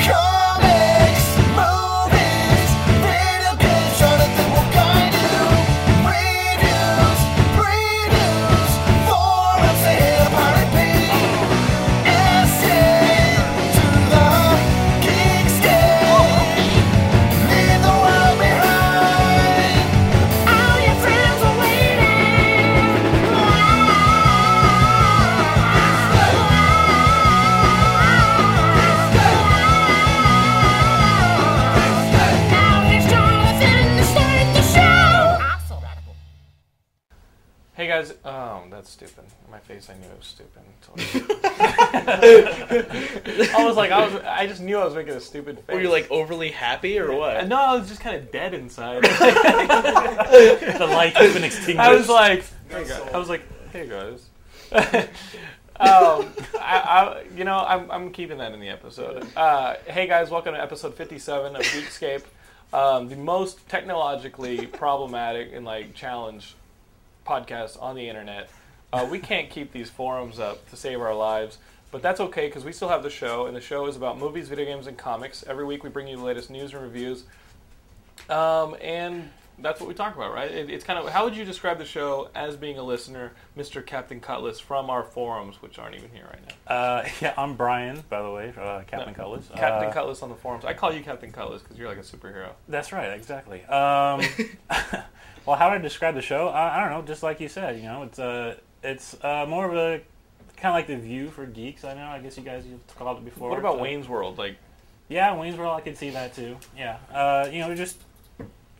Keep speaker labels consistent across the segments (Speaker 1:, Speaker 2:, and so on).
Speaker 1: Comics, movies, video games, trying to think what kind do. Reviews, previews, forums to hit a pirate beat. Escape to the geek's Leave the world behind. All your friends are waiting.
Speaker 2: Hey guys, oh, that's stupid. In my face, I knew it was stupid. until I I was like, I was, I just knew I was making a stupid face.
Speaker 3: Were you like overly happy or
Speaker 2: Uh,
Speaker 3: what?
Speaker 2: No, I was just kind of dead inside.
Speaker 4: The light has been extinguished.
Speaker 2: I was like, hey guys. I was like, hey guys. um, I, I, you know, I'm, I'm keeping that in the episode. Uh, hey guys, welcome to episode 57 of Geekscape, um, the most technologically problematic and like challenged podcast on the internet. Uh, we can't keep these forums up to save our lives, but that's okay because we still have the show, and the show is about movies, video games, and comics. Every week we bring you the latest news and reviews. Um, and that's what we talk about, right? It, it's kind of how would you describe the show as being a listener, Mr. Captain Cutlass, from our forums, which aren't even here right now.
Speaker 4: uh, yeah, I'm Brian, by the way, uh, Captain Cutlass.
Speaker 2: Captain
Speaker 4: Uh,
Speaker 2: Cutlass on the forums. I call you Captain Cutlass because you're like a superhero.
Speaker 4: That's right, exactly. Um, well, how would I describe the show? I, I don't know. Just like you said, you know, it's uh, it's uh, more of a kind of like the view for geeks. I know. I guess you guys you called it before.
Speaker 2: What about
Speaker 4: Uh,
Speaker 2: Wayne's World? Like,
Speaker 4: Yeah, Wayne's World. I could see that too. Yeah, uh, you know, just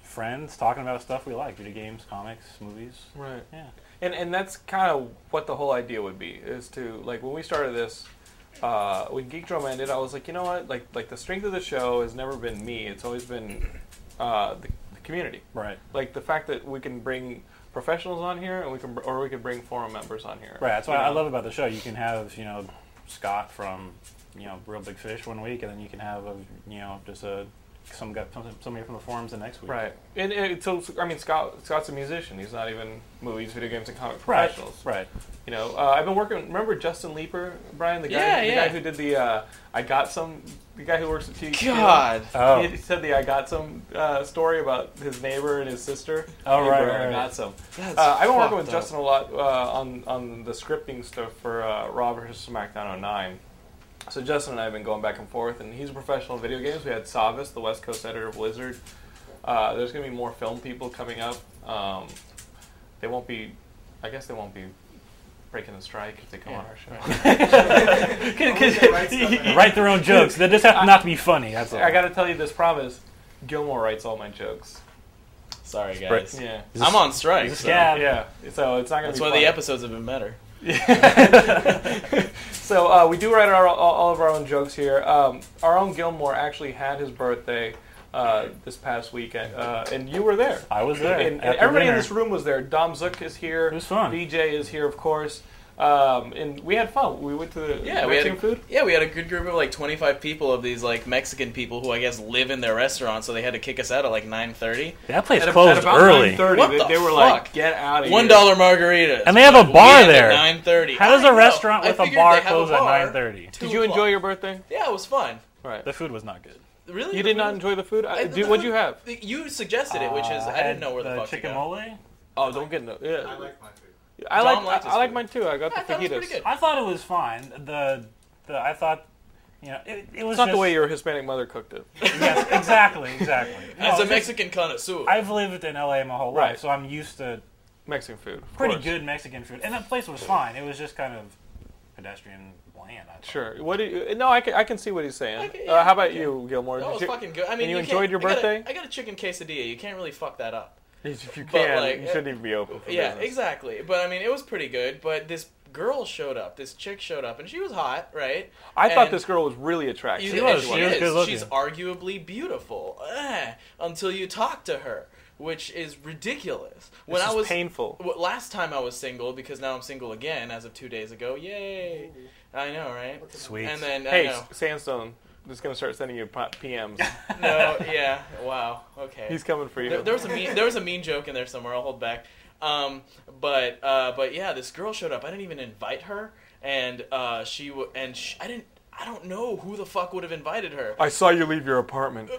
Speaker 4: friends talking about stuff we like: video games, comics, movies.
Speaker 2: right?
Speaker 4: Yeah,
Speaker 2: And and that's kind of what the whole idea would be is to like when we started this, uh, when Geek Drum ended, I was like, you know what? Like like the strength of the show has never been me. It's always been uh, the, the community.
Speaker 4: right.
Speaker 2: like the fact that we can bring professionals on here and we can or we can bring forum members on here
Speaker 4: Right. That's
Speaker 2: You
Speaker 4: what I
Speaker 2: know?
Speaker 4: love about the show. You can have you know Scott from you know Real Big Fish one week, and then you can have a, you know just a some guy some- somebody from the forums the next week.
Speaker 2: right and, and so i mean scott scott's a musician he's not even movies video games and comic
Speaker 4: Right.
Speaker 2: professionals
Speaker 4: Right.
Speaker 2: you know uh, i've been working remember justin leeper brian the guy
Speaker 3: Yeah,
Speaker 2: the
Speaker 3: yeah.
Speaker 2: guy who did the uh, i got some the guy who works at TV.
Speaker 3: God.
Speaker 4: Oh.
Speaker 2: He said the I got some uh, story about his neighbor and his sister.
Speaker 4: Oh,
Speaker 2: Hey,
Speaker 4: right,
Speaker 2: bro,
Speaker 4: right,
Speaker 2: I
Speaker 4: right.
Speaker 2: got some.
Speaker 3: That's
Speaker 2: Uh, I've been working
Speaker 3: fucked
Speaker 2: with
Speaker 3: up.
Speaker 2: Justin a lot uh, on on the scripting stuff for uh, Rob versus SmackDown 09. So Justin and I have been going back and forth, and he's a professional in video games. We had Savas, the West Coast editor of Blizzard. Uh, there's going to be more film people coming up. Um, they won't be, I guess they won't be breaking the strike if they come on our show.
Speaker 4: Write their own jokes. They just have to not be funny. That's all.
Speaker 2: I got to tell you this promise: Gilmore writes all my jokes.
Speaker 3: Sorry, guys.
Speaker 2: Yeah.
Speaker 3: I'm on strike.
Speaker 4: It's a
Speaker 3: so
Speaker 4: scab.
Speaker 2: Yeah, so it's not going to
Speaker 3: That's
Speaker 2: be.
Speaker 3: why
Speaker 2: funny.
Speaker 3: the episodes have been better.
Speaker 2: So uh, we do write our, all, all of our own jokes here. Um, our own Gilmore actually had his birthday uh, this past weekend, uh, and you were there.
Speaker 4: I was there.
Speaker 2: And, and
Speaker 4: at the
Speaker 2: everybody in
Speaker 4: dinner.
Speaker 2: this room was there. Dom Zook is here. It
Speaker 4: was fun.
Speaker 2: BJ is here, of course. Um, and we had fun. We went to the
Speaker 3: Yeah, we had
Speaker 2: Mexican food.
Speaker 3: Yeah, we had a good group of like 25 people of these like Mexican people who I guess live in their restaurant, so they had to kick us out at like 9:30.
Speaker 4: That place
Speaker 2: At, a-
Speaker 4: closed
Speaker 2: at about
Speaker 4: early.
Speaker 2: 9:30,
Speaker 3: What
Speaker 2: they,
Speaker 3: the
Speaker 2: they were
Speaker 3: fuck?
Speaker 2: like, "Get out of here!"
Speaker 3: One dollar margaritas,
Speaker 4: And they have a
Speaker 3: but we
Speaker 4: bar
Speaker 3: ended
Speaker 4: there.
Speaker 3: At 9:30.
Speaker 4: How does
Speaker 3: I
Speaker 4: a
Speaker 3: know.
Speaker 4: restaurant
Speaker 3: I
Speaker 4: with a
Speaker 3: figured
Speaker 4: bar
Speaker 3: they have a
Speaker 4: close at
Speaker 3: bar.
Speaker 4: nine thirty?
Speaker 3: Two
Speaker 2: Did you enjoy
Speaker 3: o'clock.
Speaker 2: your birthday?
Speaker 3: Yeah, it was fun.
Speaker 2: Right.
Speaker 4: The food was not good.
Speaker 3: Really?
Speaker 2: You did not enjoy the food. I,
Speaker 3: I-
Speaker 2: do,
Speaker 3: the
Speaker 2: what'd
Speaker 3: food-
Speaker 2: you have?
Speaker 3: the- You suggested it, which is
Speaker 4: Uh,
Speaker 3: I didn't know where the,
Speaker 4: had
Speaker 3: fuck to
Speaker 4: chicken
Speaker 3: go.
Speaker 4: mole.
Speaker 2: Oh, don't get no. Yeah. I like my food. I
Speaker 3: Dom
Speaker 2: like
Speaker 3: liked
Speaker 2: I,
Speaker 3: his
Speaker 2: like
Speaker 3: food.
Speaker 2: mine too. I got
Speaker 3: I
Speaker 2: the
Speaker 3: thought it was
Speaker 2: fajitas.
Speaker 3: pretty good.
Speaker 4: I thought it was fine. The the I thought you know it, it was
Speaker 2: It's not
Speaker 4: just,
Speaker 2: the way your Hispanic mother cooked it.
Speaker 4: yes, exactly exactly. No,
Speaker 3: As a
Speaker 4: it's just-
Speaker 3: Mexican connoisseur,
Speaker 4: I've lived in LA my whole
Speaker 2: Right.
Speaker 4: life, so I'm used to
Speaker 2: Mexican food. of
Speaker 4: pretty
Speaker 2: course.
Speaker 4: good Mexican food, and that place was fine. It was just kind of pedestrian bland. I thought.
Speaker 2: Sure. What do you, no, I can, I can see what he's saying.
Speaker 3: Okay,
Speaker 2: uh,
Speaker 3: yeah,
Speaker 2: how about
Speaker 3: okay.
Speaker 2: you, Gilmore?
Speaker 3: that was
Speaker 2: Did you-
Speaker 3: fucking good. I mean,
Speaker 2: and you
Speaker 3: can't-
Speaker 2: enjoyed your
Speaker 3: I got a-
Speaker 2: birthday?
Speaker 3: I got a chicken quesadilla. You can't really fuck that up.
Speaker 2: If you
Speaker 3: But,
Speaker 2: can,
Speaker 3: like,
Speaker 2: you shouldn't even be open for
Speaker 3: yeah,
Speaker 2: business.
Speaker 3: exactly. But I mean, it was pretty good. But this girl showed up. This chick showed up, and she was hot, right?
Speaker 2: I thought
Speaker 3: And-
Speaker 2: this girl was really attractive.
Speaker 3: You-
Speaker 4: She
Speaker 3: and
Speaker 4: was,
Speaker 3: She,
Speaker 4: she was
Speaker 3: is.
Speaker 4: good looking.
Speaker 3: She's arguably beautiful eh, until you talk to her, which is ridiculous. When
Speaker 2: This
Speaker 3: I
Speaker 2: is
Speaker 3: was
Speaker 2: painful.
Speaker 3: w- last time I was single because now I'm single again as of two days ago. Yay! I know, right?
Speaker 4: Sweet.
Speaker 3: And then
Speaker 2: hey,
Speaker 3: I
Speaker 2: S- Sandstone is going to start sending you p- PMs.
Speaker 3: know, no, yeah, wow, okay.
Speaker 2: He's coming for you.
Speaker 3: There, there was a mean, there was a mean joke in there somewhere. I'll hold back. Um, but uh, but yeah, this girl showed up. I didn't even invite her, and uh, she w- and sh- I didn't. I don't know who the fuck would have invited her.
Speaker 2: I saw you leave your apartment.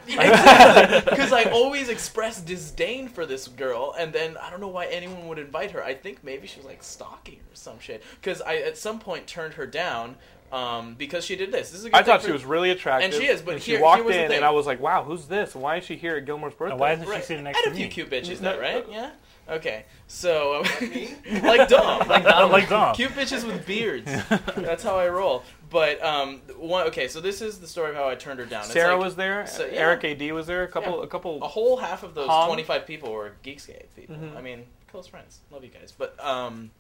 Speaker 3: Because I always express disdain for this girl, and then I don't know why anyone would invite her. I think maybe she was like stalking or some shit. Because I at some point turned her down um, because she did this. This is a good
Speaker 2: I thought
Speaker 3: thing
Speaker 2: she was
Speaker 3: for-
Speaker 2: really attractive.
Speaker 3: And she is, but
Speaker 2: she
Speaker 3: here- here
Speaker 2: walked
Speaker 3: was the
Speaker 2: in,
Speaker 3: thing.
Speaker 2: and I was like, "Wow, who's this? Why is she here at Gilmore's birthday?"
Speaker 4: why isn't she
Speaker 3: Right.
Speaker 4: sitting next
Speaker 3: I
Speaker 4: to
Speaker 3: had a
Speaker 4: me? oh.
Speaker 3: few cute bitches though, right? Yeah. Okay. So um, like dumb, like
Speaker 4: I
Speaker 3: dumb,
Speaker 4: like Dom.
Speaker 3: Cute bitches with beards. That's how I roll. But um, one. Okay, so this is the story of how I turned her down. It's
Speaker 2: Sarah
Speaker 3: like
Speaker 2: was there.
Speaker 3: so, yeah.
Speaker 2: Eric AD was there. A couple, a couple.
Speaker 3: a whole half of those
Speaker 2: Hong.
Speaker 3: 25 people were Geekscape people. I mean, close friends. Love you guys. But um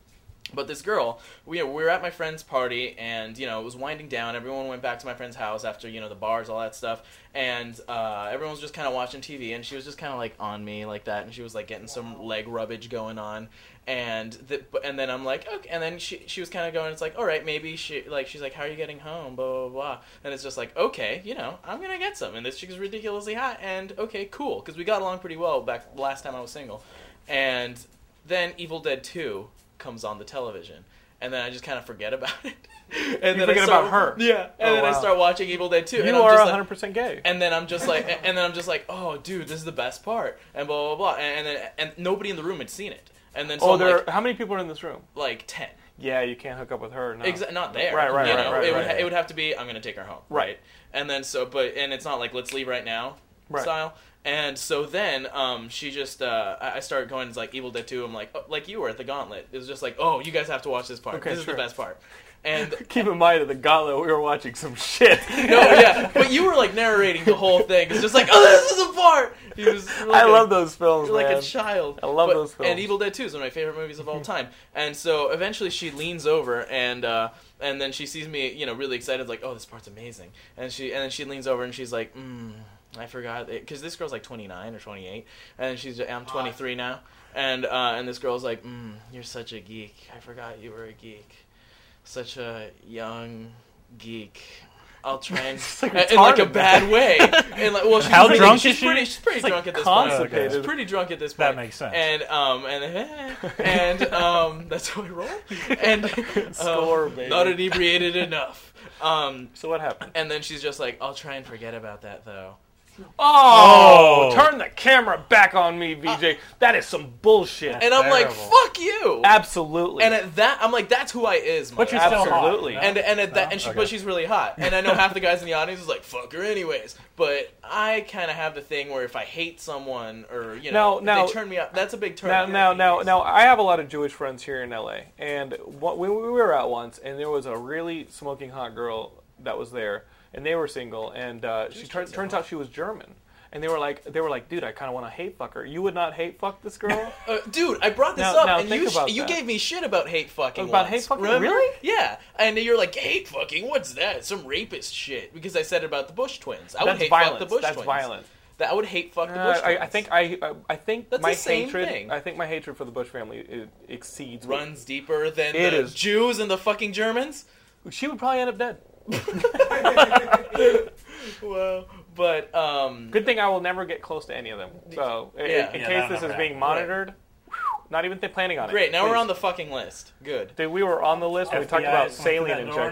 Speaker 3: but this girl, we we were at my friend's party and you know, it was winding down. Everyone went back to my friend's house after, you know, the bars, all that stuff. And uh everyone was just kind of watching TV and she was just kind of like on me like that and she was like getting some leg rubbage going on. And the, but- and then I'm like, okay. And then she she was kind of going. It's like, all right, maybe she like she's like, how are you getting home? Blah blah blah. And it's just like, okay, you know, I'm gonna get some. And this chick is ridiculously hot. And okay, cool, because we got along pretty well back last time I was single. And then Evil Dead Two comes on the television, and then I just kind of forget about it. and
Speaker 2: You
Speaker 3: then I
Speaker 2: forget
Speaker 3: start-
Speaker 2: about her.
Speaker 3: Yeah. And
Speaker 2: Oh,
Speaker 3: then I
Speaker 2: wow.
Speaker 3: start watching Evil Dead Two.
Speaker 2: you
Speaker 3: and I'm
Speaker 2: are
Speaker 3: just
Speaker 2: 100
Speaker 3: like,
Speaker 2: percent gay.
Speaker 3: and then I'm just like, and then I'm just like, oh, dude, this is the best part, and blah blah blah, and, and then and nobody in the room had seen it, and then so
Speaker 2: oh,
Speaker 3: I'm
Speaker 2: there.
Speaker 3: like,
Speaker 2: are, how many people are in this room?
Speaker 3: like ten,
Speaker 2: Yeah, you can't hook up with her. No.
Speaker 3: Exa- not there,
Speaker 2: Oh. Right, right,
Speaker 3: you
Speaker 2: right,
Speaker 3: know?
Speaker 2: right,
Speaker 3: It would
Speaker 2: right.
Speaker 3: it would have to be, I'm gonna take her home,
Speaker 2: Right.
Speaker 3: And then so, but and it's not like let's leave right now
Speaker 2: Right.
Speaker 3: style. And so then, um, she just, uh, I I started going it's like Evil Dead Two. I'm like, oh, like you were at the Gauntlet. It was just like, oh, you guys have to watch this part.
Speaker 2: Okay,
Speaker 3: this
Speaker 2: sure.
Speaker 3: is the best part. And
Speaker 2: Keep in mind, at the gala, we were watching some shit.
Speaker 3: no, yeah, but you were like narrating the whole thing. It's just like, oh, this is the part. He was
Speaker 2: I
Speaker 3: like a-
Speaker 2: love those films,
Speaker 3: You're like
Speaker 2: man.
Speaker 3: a child.
Speaker 2: I love
Speaker 3: But-
Speaker 2: those films.
Speaker 3: And Evil Dead 2 is one of my favorite movies of all time. And so eventually she leans over and uh, and then she sees me, you know, really excited, like, oh, this part's amazing. And she and then she leans over and she's like, mm, I forgot because this girl's like 29 or 28, and she's uh, I'm 23 now, and uh, and this girl's like, mm, you're such a geek. I forgot you were a geek. Such a young geek. I'll try and in like a
Speaker 2: retarded.
Speaker 3: bad way. In like, well, she's
Speaker 4: How
Speaker 3: pretty,
Speaker 4: drunk
Speaker 3: she's
Speaker 4: is she?
Speaker 3: Pretty, she's pretty drunk at this point.
Speaker 4: Okay.
Speaker 2: Constipated.
Speaker 3: She's pretty drunk at this point.
Speaker 4: That makes sense.
Speaker 3: And um and and um that's how we roll. And um,
Speaker 2: Score, baby.
Speaker 3: not inebriated enough. Um
Speaker 2: So what happened?
Speaker 3: and then she's just like, I'll try and forget about that though.
Speaker 2: Oh,
Speaker 4: Oh.
Speaker 2: turn the camera back on me, VJ. that is some bullshit.
Speaker 3: And I'm like,
Speaker 4: Terrible.
Speaker 3: fuck you.
Speaker 2: Absolutely.
Speaker 3: And at that, I'm like, that's who I is.
Speaker 4: But you're
Speaker 3: mother.
Speaker 4: still hot.
Speaker 2: Absolutely.
Speaker 4: No?
Speaker 3: and and at that, and she,
Speaker 4: Okay.
Speaker 3: but she's really hot. And I know half the guys in the audience is like, fuck her anyways. But I kind of have the thing where if I hate someone or you
Speaker 2: Now-
Speaker 3: know, if
Speaker 2: now-
Speaker 3: they turn me up. That's a big turn.
Speaker 2: Now,
Speaker 3: off.
Speaker 2: now, now, now, I have a lot of Jewish friends here in LA, and what, we, we were out once, and there was a really smoking hot girl that was there, and they were single, and uh, she tur-
Speaker 3: kids are
Speaker 2: turns
Speaker 3: hot.
Speaker 2: out she was German, and they were like, they were like, dude, I kind of want to hate fuck her. You would not hate fuck this girl?
Speaker 3: Uh, dude, I brought this
Speaker 2: Now-
Speaker 3: up,
Speaker 2: now
Speaker 3: and
Speaker 2: think
Speaker 3: you
Speaker 2: about
Speaker 3: sh- you
Speaker 2: that.
Speaker 3: gave me shit about hate fucking.
Speaker 2: About
Speaker 3: once.
Speaker 2: hate fucking?
Speaker 3: Remember?
Speaker 2: Really?
Speaker 3: Yeah, and you're like hate fucking. What's that? Some rapist shit. Because I said it about the Bush twins. I would
Speaker 2: That's
Speaker 3: hate
Speaker 2: violent.
Speaker 3: fuck the Bush
Speaker 2: That's
Speaker 3: twins.
Speaker 2: violent.
Speaker 3: That I would hate fuck the
Speaker 2: Uh,
Speaker 3: Bush
Speaker 2: I,
Speaker 3: twins.
Speaker 2: I think I, I, I think
Speaker 3: That's
Speaker 2: my
Speaker 3: the same
Speaker 2: hatred.
Speaker 3: thing.
Speaker 2: I think my hatred for the Bush family it exceeds. what-
Speaker 3: runs deeper than
Speaker 2: It
Speaker 3: the
Speaker 2: is.
Speaker 3: Jews and the fucking Germans.
Speaker 2: She would probably end up dead.
Speaker 3: Well, but um,
Speaker 2: Good thing I will never get close to any of them. So, i-
Speaker 3: Yeah.
Speaker 2: in
Speaker 4: Yeah,
Speaker 2: case
Speaker 4: that'll
Speaker 2: this
Speaker 4: never
Speaker 2: is being
Speaker 4: happen.
Speaker 2: monitored, whew, not even th- planning on it.
Speaker 3: great. Now we're
Speaker 2: Please.
Speaker 3: on the fucking list. Good.
Speaker 2: Dude, we were on the list. when we talked
Speaker 4: FBI
Speaker 2: about
Speaker 4: is coming
Speaker 2: saline
Speaker 4: through that door.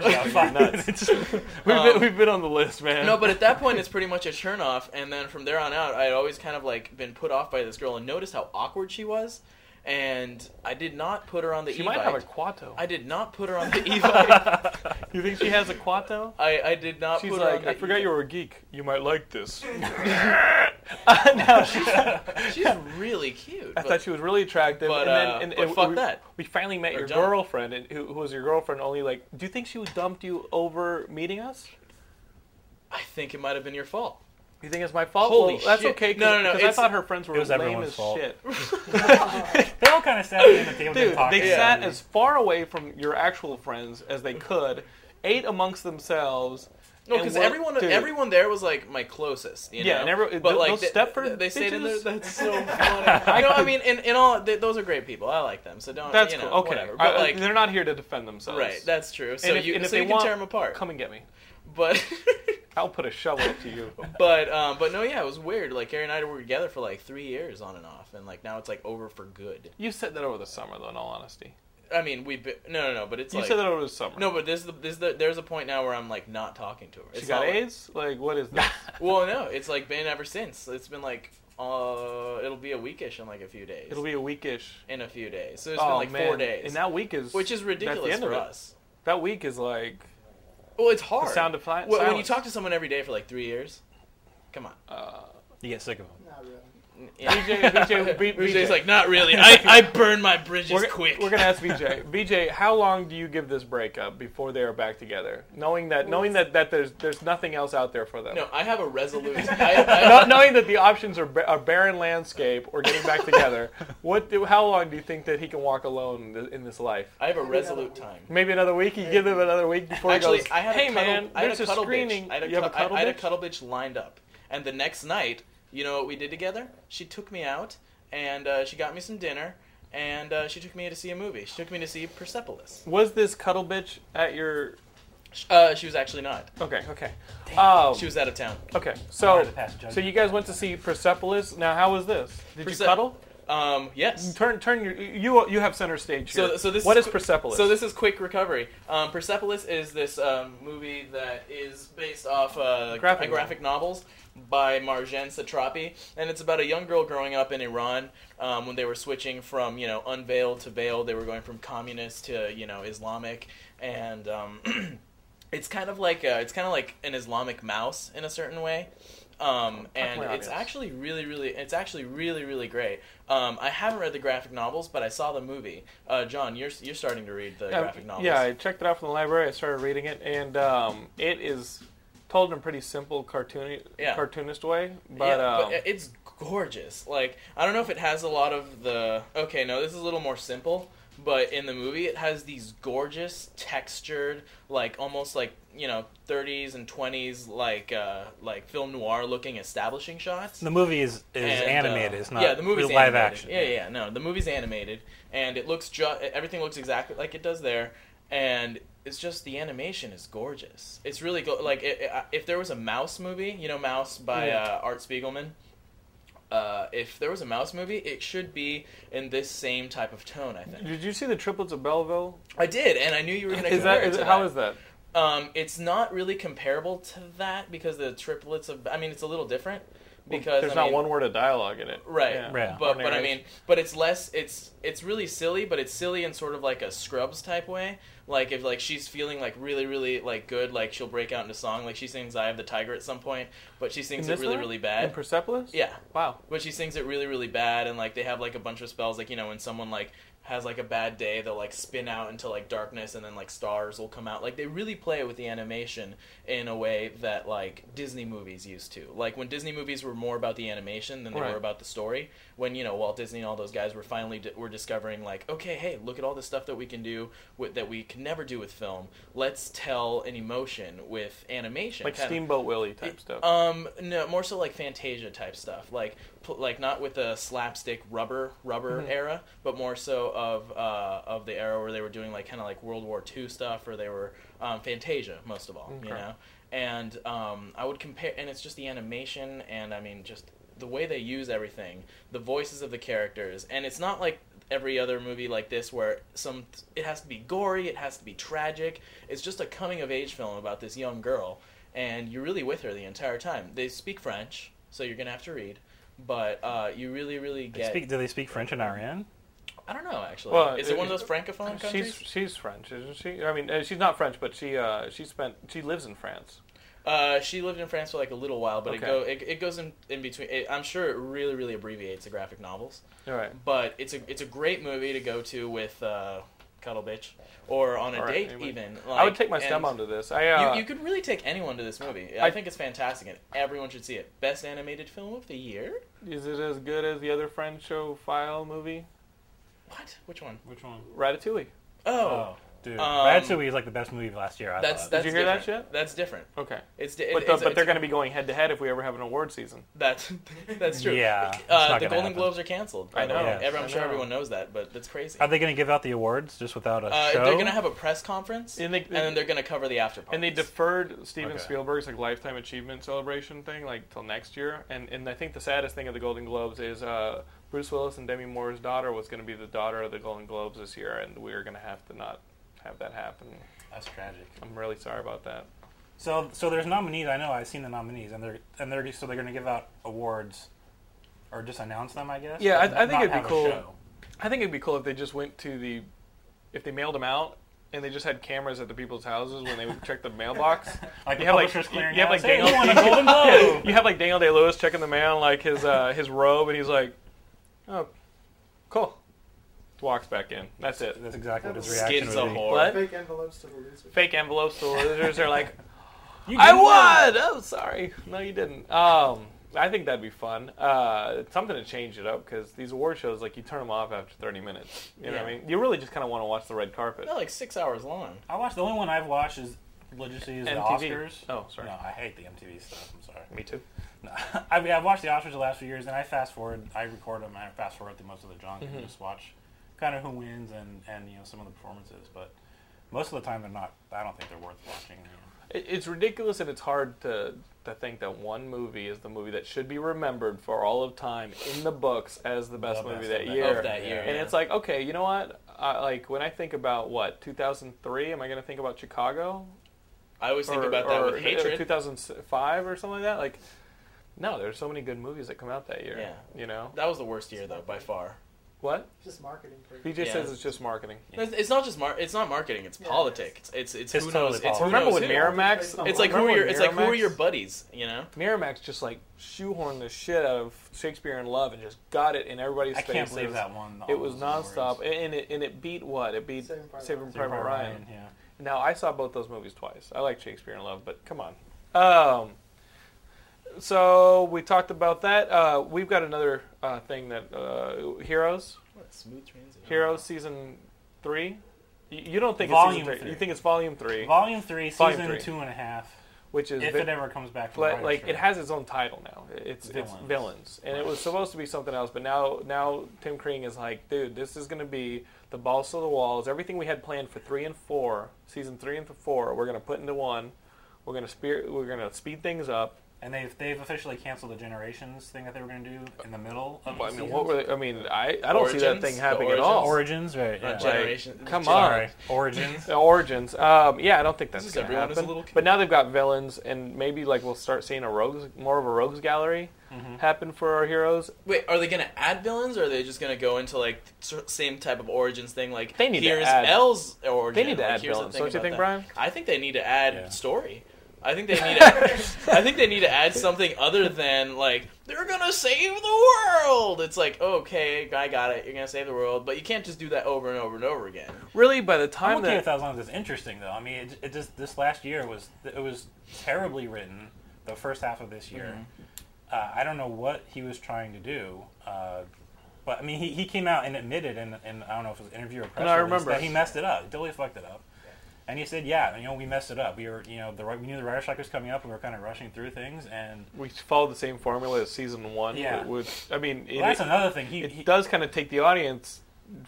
Speaker 2: injection. Nuts. Um, we've, been, we've been on the list, man.
Speaker 3: No, but at that point, it's pretty much a turn off. And then from there on out, I had always kind of like been put off by this girl and noticed how awkward she was. And I did not put her on the
Speaker 2: she
Speaker 3: e-bike.
Speaker 2: might have a quato.
Speaker 3: I did not put her on the e-bike.
Speaker 2: you think she has a quato?
Speaker 3: I, I did not
Speaker 2: She's
Speaker 3: put her on
Speaker 2: like,
Speaker 3: the E
Speaker 2: I forgot
Speaker 3: e-bike.
Speaker 2: you were a geek. You might like this.
Speaker 3: She's really cute.
Speaker 2: I thought she was really attractive.
Speaker 3: but,
Speaker 2: and then,
Speaker 3: uh,
Speaker 2: and,
Speaker 3: but
Speaker 2: and
Speaker 3: fuck
Speaker 2: we,
Speaker 3: that.
Speaker 2: We finally met your
Speaker 3: dumb.
Speaker 2: girlfriend, and who, who was your girlfriend? Only like, do you think she dumped you over meeting us?
Speaker 3: I think it might have been your fault.
Speaker 2: You think it's my fault?
Speaker 3: Holy
Speaker 2: well, that's
Speaker 3: shit.
Speaker 2: okay. 'cause-
Speaker 3: No, no, no,
Speaker 2: 'cause I
Speaker 3: it's-
Speaker 2: thought her friends were
Speaker 4: it was
Speaker 2: lame
Speaker 4: everyone's
Speaker 2: as
Speaker 4: fault.
Speaker 2: shit.
Speaker 4: They all kind of sat in the table
Speaker 2: Dude,
Speaker 4: and talked.
Speaker 2: they
Speaker 4: Yeah.
Speaker 2: sat as far away from your actual friends as they could, ate amongst themselves.
Speaker 3: No,
Speaker 2: and
Speaker 3: because
Speaker 2: were-
Speaker 3: everyone,
Speaker 2: dude,
Speaker 3: everyone there was like my closest. You
Speaker 2: Yeah,
Speaker 3: know?
Speaker 2: and every-
Speaker 3: but
Speaker 2: th-
Speaker 3: like
Speaker 2: those
Speaker 3: they,
Speaker 2: Stepford
Speaker 3: they stayed in there.
Speaker 2: bitches?
Speaker 3: That's so funny. I know. I mean, in, in all, th those are great people. I like them. So don't.
Speaker 2: That's
Speaker 3: you know,
Speaker 2: cool. Okay,
Speaker 3: Whatever.
Speaker 2: I-
Speaker 3: But
Speaker 2: I-
Speaker 3: like,
Speaker 2: they're not here to defend themselves.
Speaker 3: right. That's true. So
Speaker 2: and if,
Speaker 3: you,
Speaker 2: and if
Speaker 3: so
Speaker 2: they
Speaker 3: you
Speaker 2: want,
Speaker 3: can tear them apart.
Speaker 2: Come and get me.
Speaker 3: But.
Speaker 2: I'll put a shovel up to you.
Speaker 3: But um, but no, yeah, it was weird. Like Carrie and I were together for like three years on and off, and like now it's like over for good.
Speaker 2: You said that over the summer, though. In all honesty,
Speaker 3: I mean, we've been no, no, no, but it's
Speaker 2: you
Speaker 3: like
Speaker 2: said that over the summer.
Speaker 3: no, but this is the, this is the, there's a point now where I'm like not talking to her.
Speaker 2: she
Speaker 3: It's
Speaker 2: got
Speaker 3: not like-
Speaker 2: AIDS. Like, what is that?
Speaker 3: Well, no, it's like been ever since. It's been like uh, it'll be a weekish in like a few days.
Speaker 2: It'll be a weekish.
Speaker 3: in a few days. So
Speaker 2: It's
Speaker 3: it's been like four days,
Speaker 2: And that week is
Speaker 3: which
Speaker 2: that's
Speaker 3: is
Speaker 2: the
Speaker 3: ridiculous
Speaker 2: end of
Speaker 3: for
Speaker 2: it.
Speaker 3: us.
Speaker 2: That week is like
Speaker 3: Well, it's hard.
Speaker 2: The sound of si-
Speaker 3: Well, when you
Speaker 2: silence. Uh,
Speaker 3: talk to someone every day for like three years, come on.
Speaker 4: You get sick of them.
Speaker 5: Not really.
Speaker 3: Yeah.
Speaker 2: BJ, BJ, B-
Speaker 3: BJ's like, not really. I, I burn my bridges
Speaker 2: we're,
Speaker 3: quick.
Speaker 2: We're gonna ask BJ. BJ, how long do you give this breakup before they are back together? Knowing that, knowing that, that there's there's nothing else out there for them.
Speaker 3: No, I have a resolute. I, I,
Speaker 2: Not knowing that the options are ba- a barren landscape or getting back together. What? Do, how long do you think that he can walk alone in, th- in this life?
Speaker 3: I have a resolute time.
Speaker 2: Maybe another week. You give him another week before
Speaker 3: Actually,
Speaker 2: he goes.
Speaker 3: I had
Speaker 2: hey
Speaker 3: a cuddle,
Speaker 2: man,
Speaker 3: I had
Speaker 2: there's
Speaker 3: a cuddle
Speaker 2: screening.
Speaker 3: bitch. I had a,
Speaker 2: you have a
Speaker 3: cud- I-
Speaker 2: cuddle
Speaker 3: I had a
Speaker 2: bitch?
Speaker 3: cuddle bitch lined up, and the next night, you know what we did together? She took me out, and uh, she got me some dinner, and uh, she took me to see a movie. She took me to see Persepolis.
Speaker 2: Was this cuddle bitch at your?
Speaker 3: Uh, she was actually not.
Speaker 2: Okay, okay. Um,
Speaker 3: She was out of town.
Speaker 2: okay, so
Speaker 4: Hard to pass judgment.
Speaker 2: so you guys went to see Persepolis. Now, how was this? Did
Speaker 3: Perse-
Speaker 2: you cuddle?
Speaker 3: Um, yes.
Speaker 2: Turn, turn your you you have center stage here.
Speaker 3: So, so this
Speaker 2: what
Speaker 3: is
Speaker 2: is
Speaker 3: qui-
Speaker 2: Persepolis?
Speaker 3: So this is quick recovery. Um, Persepolis is this um, movie that is based off uh,
Speaker 2: Graphic
Speaker 3: graphic, graphic novels by Marjan Satrapi, and it's about a young girl growing up in Iran um, when they were switching from you know unveiled to veiled. They were going from communist to you know Islamic, and um, it's kind of like a, it's kind of like an Islamic mouse in a certain way. Um, and
Speaker 2: my audience.
Speaker 3: it's actually really, really, it's actually really, really great. Um, I haven't read the graphic novels, but I saw the movie. Uh, John, you're you're starting to read the
Speaker 2: Um,
Speaker 3: graphic novels.
Speaker 2: yeah, I checked it out from the library. I started reading it, and um, it is told in a pretty simple cartoony
Speaker 3: Yeah.
Speaker 2: cartoonist way.
Speaker 3: Yeah,
Speaker 2: But, um,
Speaker 3: it- it's gorgeous. Like I don't know if it has a lot of the. Okay, no, this is a little more simple. But in the movie, it has these gorgeous textured, like almost like you know 30s and 20s, like uh, like film noir looking establishing shots.
Speaker 4: The movie is, is
Speaker 3: And, uh,
Speaker 4: animated. It's not
Speaker 3: yeah, the movie's
Speaker 4: real live
Speaker 3: animated.
Speaker 4: action.
Speaker 3: Yeah, yeah, yeah, no, the movie's animated, and it looks just everything looks exactly like it does there, and it's just the animation is gorgeous. It's really go- like it, it, if there was a mouse movie, you know, Mouse by uh, Art Spiegelman. Uh, if there was a mouse movie, it should be in this same type of tone. I think
Speaker 2: did you see the triplets of Belleville?
Speaker 3: I did, and I knew you were going to.
Speaker 2: Is that, is it how is that?
Speaker 3: Um, it's not really comparable to that because the triplets of. I mean, it's a little different because
Speaker 2: There's
Speaker 3: I
Speaker 2: not
Speaker 3: mean-
Speaker 2: one word of dialogue in it.
Speaker 3: Right.
Speaker 2: Yeah.
Speaker 4: Right.
Speaker 3: But
Speaker 2: Or
Speaker 3: but I
Speaker 2: narration.
Speaker 3: mean, but it's less. It's it's really silly, but it's silly in sort of like a Scrubs type way. Like if like she's feeling like really really like good, like she'll break out into song. Like she sings "I Have the Tiger" at some point, but she
Speaker 2: In
Speaker 3: sings it
Speaker 2: this
Speaker 3: really
Speaker 2: one?
Speaker 3: really
Speaker 2: In
Speaker 3: bad.
Speaker 2: Persepolis?
Speaker 3: yeah.
Speaker 2: Wow.
Speaker 3: But she sings it really really bad, and like they have like a bunch of spells. Like you know when someone like has like a bad day, they'll like spin out into like darkness, and then like stars will come out. Like they really play with the animation in a way that like Disney movies used to. Like when Disney movies were more about the animation than they
Speaker 2: Right.
Speaker 3: were about the story. When you know Walt Disney and all those guys were finally di- were discovering like, okay, hey, look at all the stuff that we can do with that we can never do with film. Let's tell an emotion with animation,
Speaker 2: Like
Speaker 3: kind of-
Speaker 2: Steamboat Willie type stuff.
Speaker 3: um, no, more so like Fantasia type stuff, like pl- like not with the slapstick rubber rubber era, but more so of uh, of the era where they were doing like kind of like World War II stuff, or they were um, Fantasia most of all, you know. And um, I would compare, and it's just the animation, and I mean just the way they use everything, the voices of the characters, and it's not like every other movie like this where some it has to be gory, it has to be tragic. It's just a coming of age film about this young girl, and you're really with her the entire time. They speak French, so you're gonna have to read, but uh, you really, really
Speaker 4: They
Speaker 3: get.
Speaker 4: Speak, do they speak French in Iran?
Speaker 3: I don't know actually.
Speaker 2: Well,
Speaker 3: Is it, one of
Speaker 2: it-
Speaker 3: those francophone countries?
Speaker 2: She's she's French, isn't she? I mean, uh, she's not French, but she uh, she spent she lives in France.
Speaker 3: Uh, she lived in France for like a little while, but
Speaker 2: Okay.
Speaker 3: it go it, it goes in in between. It, I'm sure it really, really abbreviates the graphic novels.
Speaker 2: All right.
Speaker 3: but it's a it's a great movie to go to with uh, cuddle bitch, or on a
Speaker 2: All right,
Speaker 3: date
Speaker 2: anyway.
Speaker 3: even.
Speaker 2: I would
Speaker 3: like,
Speaker 2: take my
Speaker 3: and-
Speaker 2: stepmom to this. I uh,
Speaker 3: you, you could really take anyone to this movie. I,
Speaker 2: I-
Speaker 3: think it's fantastic, and everyone should see it. Best animated film of the year?
Speaker 2: is it as good as the other Frencho file movie,
Speaker 3: What? Which one?
Speaker 4: Which one?
Speaker 2: Ratatouille?
Speaker 3: Oh,
Speaker 4: Oh, dude,
Speaker 3: Um,
Speaker 4: Ratatouille is like the best movie of last year. I
Speaker 3: that's
Speaker 4: thought.
Speaker 3: that's
Speaker 2: you hear that
Speaker 3: different.
Speaker 2: shit?
Speaker 3: That's different.
Speaker 2: Okay,
Speaker 3: It's di-
Speaker 2: but
Speaker 3: it-
Speaker 2: the,
Speaker 3: it's-
Speaker 2: but they're
Speaker 3: it's-
Speaker 2: going to be going head to head if we ever have an award season.
Speaker 3: That's that's true.
Speaker 4: Yeah, it's not
Speaker 3: Uh,
Speaker 4: gonna
Speaker 3: the Golden
Speaker 4: happen.
Speaker 3: Globes are canceled. by
Speaker 2: I
Speaker 3: the
Speaker 2: know,
Speaker 3: way.
Speaker 4: Yes.
Speaker 3: Every- I'm
Speaker 2: I
Speaker 3: sure
Speaker 2: know.
Speaker 3: everyone knows that, but that's crazy.
Speaker 4: Are they going to give out the awards just without a
Speaker 3: uh,
Speaker 4: show?
Speaker 3: they're gonna have a press conference,
Speaker 2: And they-
Speaker 3: and then they're gonna cover the after party.
Speaker 2: And they deferred Steven
Speaker 4: Okay.
Speaker 2: Spielberg's like lifetime achievement celebration thing like till next year. And and I think the saddest thing of the Golden Globes is uh, Bruce Willis and Demi Moore's daughter was going to be the daughter of the Golden Globes this year, and we are going to have to not have that happen.
Speaker 4: That's tragic.
Speaker 2: I'm really sorry about that.
Speaker 4: So, so there's nominees. I know. I've seen the nominees, and they're and they're so they're going to give out awards, or just announce them, I guess.
Speaker 2: Yeah, I-
Speaker 4: but
Speaker 2: I think
Speaker 4: not
Speaker 2: it'd be
Speaker 4: have a
Speaker 2: cool.
Speaker 4: show.
Speaker 2: I think it'd be cool if they just went to the, if they mailed them out. And they just had cameras at the people's houses when they would check the mailbox.
Speaker 4: Like
Speaker 2: You
Speaker 4: you
Speaker 2: have, like-
Speaker 4: have like
Speaker 2: you-
Speaker 4: clearing
Speaker 2: you have, like,
Speaker 4: hey,
Speaker 2: Daniel-
Speaker 4: you won a Golden Globe.
Speaker 2: You have like Daniel Day Lewis checking the mail, like his uh, his robe, and he's like, "Oh, cool." Walks back in. That's it.
Speaker 4: That's exactly what his
Speaker 5: Skid's
Speaker 4: reaction
Speaker 3: skins a
Speaker 4: would be.
Speaker 3: whore.
Speaker 2: What?
Speaker 5: Fake envelopes to the loser.
Speaker 2: fake envelopes to the losers are like,
Speaker 4: You
Speaker 2: I
Speaker 4: did well.
Speaker 2: won! Oh, sorry. No, you didn't. Um, I think that'd be fun. Uh, something to change it up because these award shows, like, you turn them off after 30 minutes. You know what I
Speaker 3: Yeah.
Speaker 2: mean? You really just kind of want to watch the red carpet.
Speaker 3: They're like six hours long.
Speaker 4: I watched the only one I've watched is legitimately is the
Speaker 2: MTV.
Speaker 4: Oscars.
Speaker 2: Oh, sorry.
Speaker 4: No, I hate the MTV stuff. I'm sorry.
Speaker 2: Me too.
Speaker 4: No. I mean, I've watched the Oscars the last few years, and I fast forward. I record them. and I fast forward through most of the junk
Speaker 2: Mm-hmm.
Speaker 4: and just watch kind of who wins and and you know some of the performances. But most of the time, they're not. I don't think they're worth watching. you know.
Speaker 2: It, it's ridiculous and it's hard to, to think that one movie is the movie that should be remembered for all of time in the books as the best
Speaker 4: The
Speaker 2: movie
Speaker 4: best
Speaker 2: that
Speaker 4: of that-
Speaker 2: year.
Speaker 3: of that year,
Speaker 2: And
Speaker 3: yeah.
Speaker 2: it's like, okay, you know what? I, like, when I think about what, 2003, am I going to think about Chicago?
Speaker 3: I always think
Speaker 2: or-
Speaker 3: about that
Speaker 2: or uh,
Speaker 3: with hatred.
Speaker 2: 2005 or something like that. Like, no, there's so many good movies that come out that year.
Speaker 3: Yeah.
Speaker 2: You know
Speaker 3: that was the worst year though, by far.
Speaker 2: what?
Speaker 5: Just marketing for
Speaker 2: BJ
Speaker 3: Yeah.
Speaker 2: says it's just marketing.
Speaker 3: It's it's not just mar- it's not marketing. It's
Speaker 5: Yeah,
Speaker 3: politics. It's it's,
Speaker 4: It's
Speaker 3: who
Speaker 4: totally
Speaker 3: knows. It's who
Speaker 2: Remember
Speaker 3: knows
Speaker 2: when
Speaker 3: who.
Speaker 2: Miramax?
Speaker 3: It's like who
Speaker 2: remember
Speaker 3: are
Speaker 2: when
Speaker 3: your it's like who are
Speaker 2: Miramax-
Speaker 3: your buddies? You know.
Speaker 2: Miramax just like shoehorned the shit out of Shakespeare in Love and just got it in everybody's
Speaker 4: I
Speaker 2: face.
Speaker 4: can't believe that one.
Speaker 2: It was
Speaker 4: almost
Speaker 2: nonstop,
Speaker 4: awards.
Speaker 2: and and it and it beat what? It beat
Speaker 5: Saving Private
Speaker 2: Saving
Speaker 5: Ryan.
Speaker 4: Saving
Speaker 2: Private Ryan.
Speaker 4: Yeah.
Speaker 2: Now I saw both those movies twice. I like Shakespeare in Love, but come on. Um, so we talked about that. Uh, we've got another uh, thing that uh, Heroes,
Speaker 3: What a smooth transition.
Speaker 2: Heroes season three. You, you don't think
Speaker 4: Uh-huh. Volume
Speaker 2: it's season three.
Speaker 4: three.
Speaker 2: You think it's volume three,
Speaker 4: Volume three, season
Speaker 2: Volume three.
Speaker 4: two and a half.
Speaker 2: which is
Speaker 4: If
Speaker 2: vi-
Speaker 4: it ever comes back, from
Speaker 2: like,
Speaker 4: writer's
Speaker 2: like it
Speaker 4: strike.
Speaker 2: has its own title now. It's it's
Speaker 4: Villains.
Speaker 2: villains, and it was supposed to be something else, but now now Tim Kring is like, dude, this is gonna be the balls to the walls. Everything we had planned for three and four, season three and four, we're gonna put into one. We're gonna spear, we're gonna speed things up.
Speaker 4: And they've they've officially canceled the generations thing that they were going to do in the middle of
Speaker 2: Well, I
Speaker 4: the
Speaker 2: mean,
Speaker 4: season.
Speaker 2: what were they, I mean, I, I don't see that
Speaker 3: Origins?
Speaker 2: thing
Speaker 3: The
Speaker 2: happening at
Speaker 3: origins?
Speaker 2: all.
Speaker 4: origins? Right. Yeah.
Speaker 3: Like, generation.
Speaker 2: come
Speaker 3: gen-
Speaker 2: on.
Speaker 4: Sorry. Origins.
Speaker 2: The origins. Um, yeah, I don't think that's
Speaker 3: This is
Speaker 2: gonna
Speaker 3: everyone is a
Speaker 2: happen.
Speaker 3: little kid.
Speaker 2: But now they've got villains, and maybe like we'll start seeing a rogues, more of a rogues gallery
Speaker 3: Mm-hmm.
Speaker 2: happen for our heroes.
Speaker 3: Wait, are they gonna add villains, or are they just gonna go into like cer- same type of origins thing? Like
Speaker 2: They need to
Speaker 3: here's
Speaker 2: add-
Speaker 3: Elle's origin.
Speaker 2: they need to
Speaker 3: like,
Speaker 2: add
Speaker 3: here's the
Speaker 2: villains,
Speaker 3: thing
Speaker 2: don't you
Speaker 3: about
Speaker 2: think,
Speaker 3: that.
Speaker 2: Brian?
Speaker 3: I think they need to add
Speaker 4: Yeah.
Speaker 3: story. I think they need. To, I think they need to add something other than like they're gonna save the world. It's like okay, I got it. You're gonna save the world, but you can't just do that over and over and over again.
Speaker 2: Really, by the
Speaker 4: I'm
Speaker 2: time
Speaker 4: okay
Speaker 2: that
Speaker 4: with that as long as it's interesting, though. I mean, it, it just this last year was it was terribly written. The first half of this
Speaker 2: Mm-hmm.
Speaker 4: year, uh, I don't know what he was trying to do, uh, but I mean, he, he came out and admitted, in and I don't know if it was an interview or press
Speaker 2: No, I
Speaker 4: release,
Speaker 2: remember.
Speaker 4: that he messed it up. He totally fucked it up. And he said, "Yeah, you know, we messed it up. We were, you know, the we knew the writer strike was coming up. We were kind of rushing through things, and
Speaker 2: we followed the same formula as season one,
Speaker 4: Yeah.
Speaker 2: which I mean, it,
Speaker 4: well, that's another thing. He,
Speaker 2: it
Speaker 4: he
Speaker 2: does kind of take the audience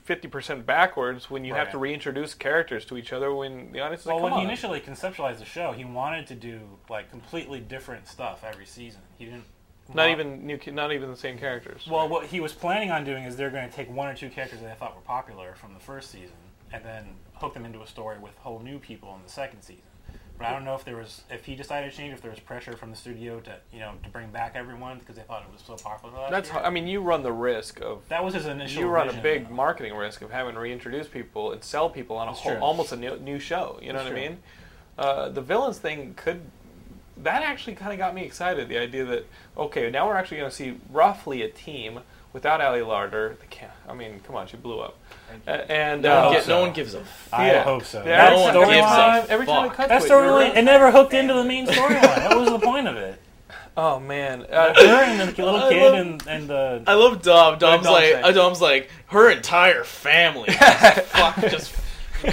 Speaker 2: fifty percent backwards when you have
Speaker 4: Right.
Speaker 2: to reintroduce characters to each other when the audience is
Speaker 4: well,
Speaker 2: like,
Speaker 4: when
Speaker 2: "Come
Speaker 4: he
Speaker 2: on."
Speaker 4: initially conceptualized the show, he wanted to do like completely different stuff every season. He didn't
Speaker 2: not
Speaker 4: want-
Speaker 2: even new, not even the same characters.
Speaker 4: Well, what he was planning on doing is they're going to take one or two characters that they thought were popular from the first season and then hook them into a story with whole new people in the second season. But I don't know if there was if he decided to change if there was pressure from the studio to you know to bring back everyone because they thought it was so popular. Last
Speaker 2: that's
Speaker 4: year.
Speaker 2: I mean, you run the risk of
Speaker 4: that was his initial.
Speaker 2: you run a
Speaker 4: vision,
Speaker 2: big
Speaker 4: though.
Speaker 2: marketing risk of having to reintroduce people and sell people on a
Speaker 4: That's
Speaker 2: whole,
Speaker 4: true.
Speaker 2: almost a new, new show. You know
Speaker 4: That's
Speaker 2: what I
Speaker 4: true.
Speaker 2: mean? Uh, the villains thing could that actually kind of got me excited. The idea that okay, now we're actually going to see roughly a team without Ali Larder, they can't, I mean, come on, she blew up. Uh, and
Speaker 3: No,
Speaker 2: uh,
Speaker 3: one
Speaker 4: hope
Speaker 3: gi-
Speaker 4: so.
Speaker 3: no one gives a f-
Speaker 4: I
Speaker 2: yeah.
Speaker 4: hope so.
Speaker 2: Yeah,
Speaker 4: That
Speaker 3: no one
Speaker 2: every
Speaker 3: gives a
Speaker 4: storyline.
Speaker 2: time, every time
Speaker 3: fuck.
Speaker 2: I cut
Speaker 4: That
Speaker 2: to it, you're
Speaker 4: storyline.
Speaker 2: right.
Speaker 4: It never hooked into the main storyline. That was the point of it.
Speaker 2: Oh man, uh,
Speaker 4: Her and the little
Speaker 3: I
Speaker 4: kid
Speaker 3: love-
Speaker 4: and and the.
Speaker 3: I love Dom. Dom's
Speaker 2: Dom's
Speaker 3: like,
Speaker 2: like-
Speaker 3: uh, Dom's like, her entire family. just fuck, just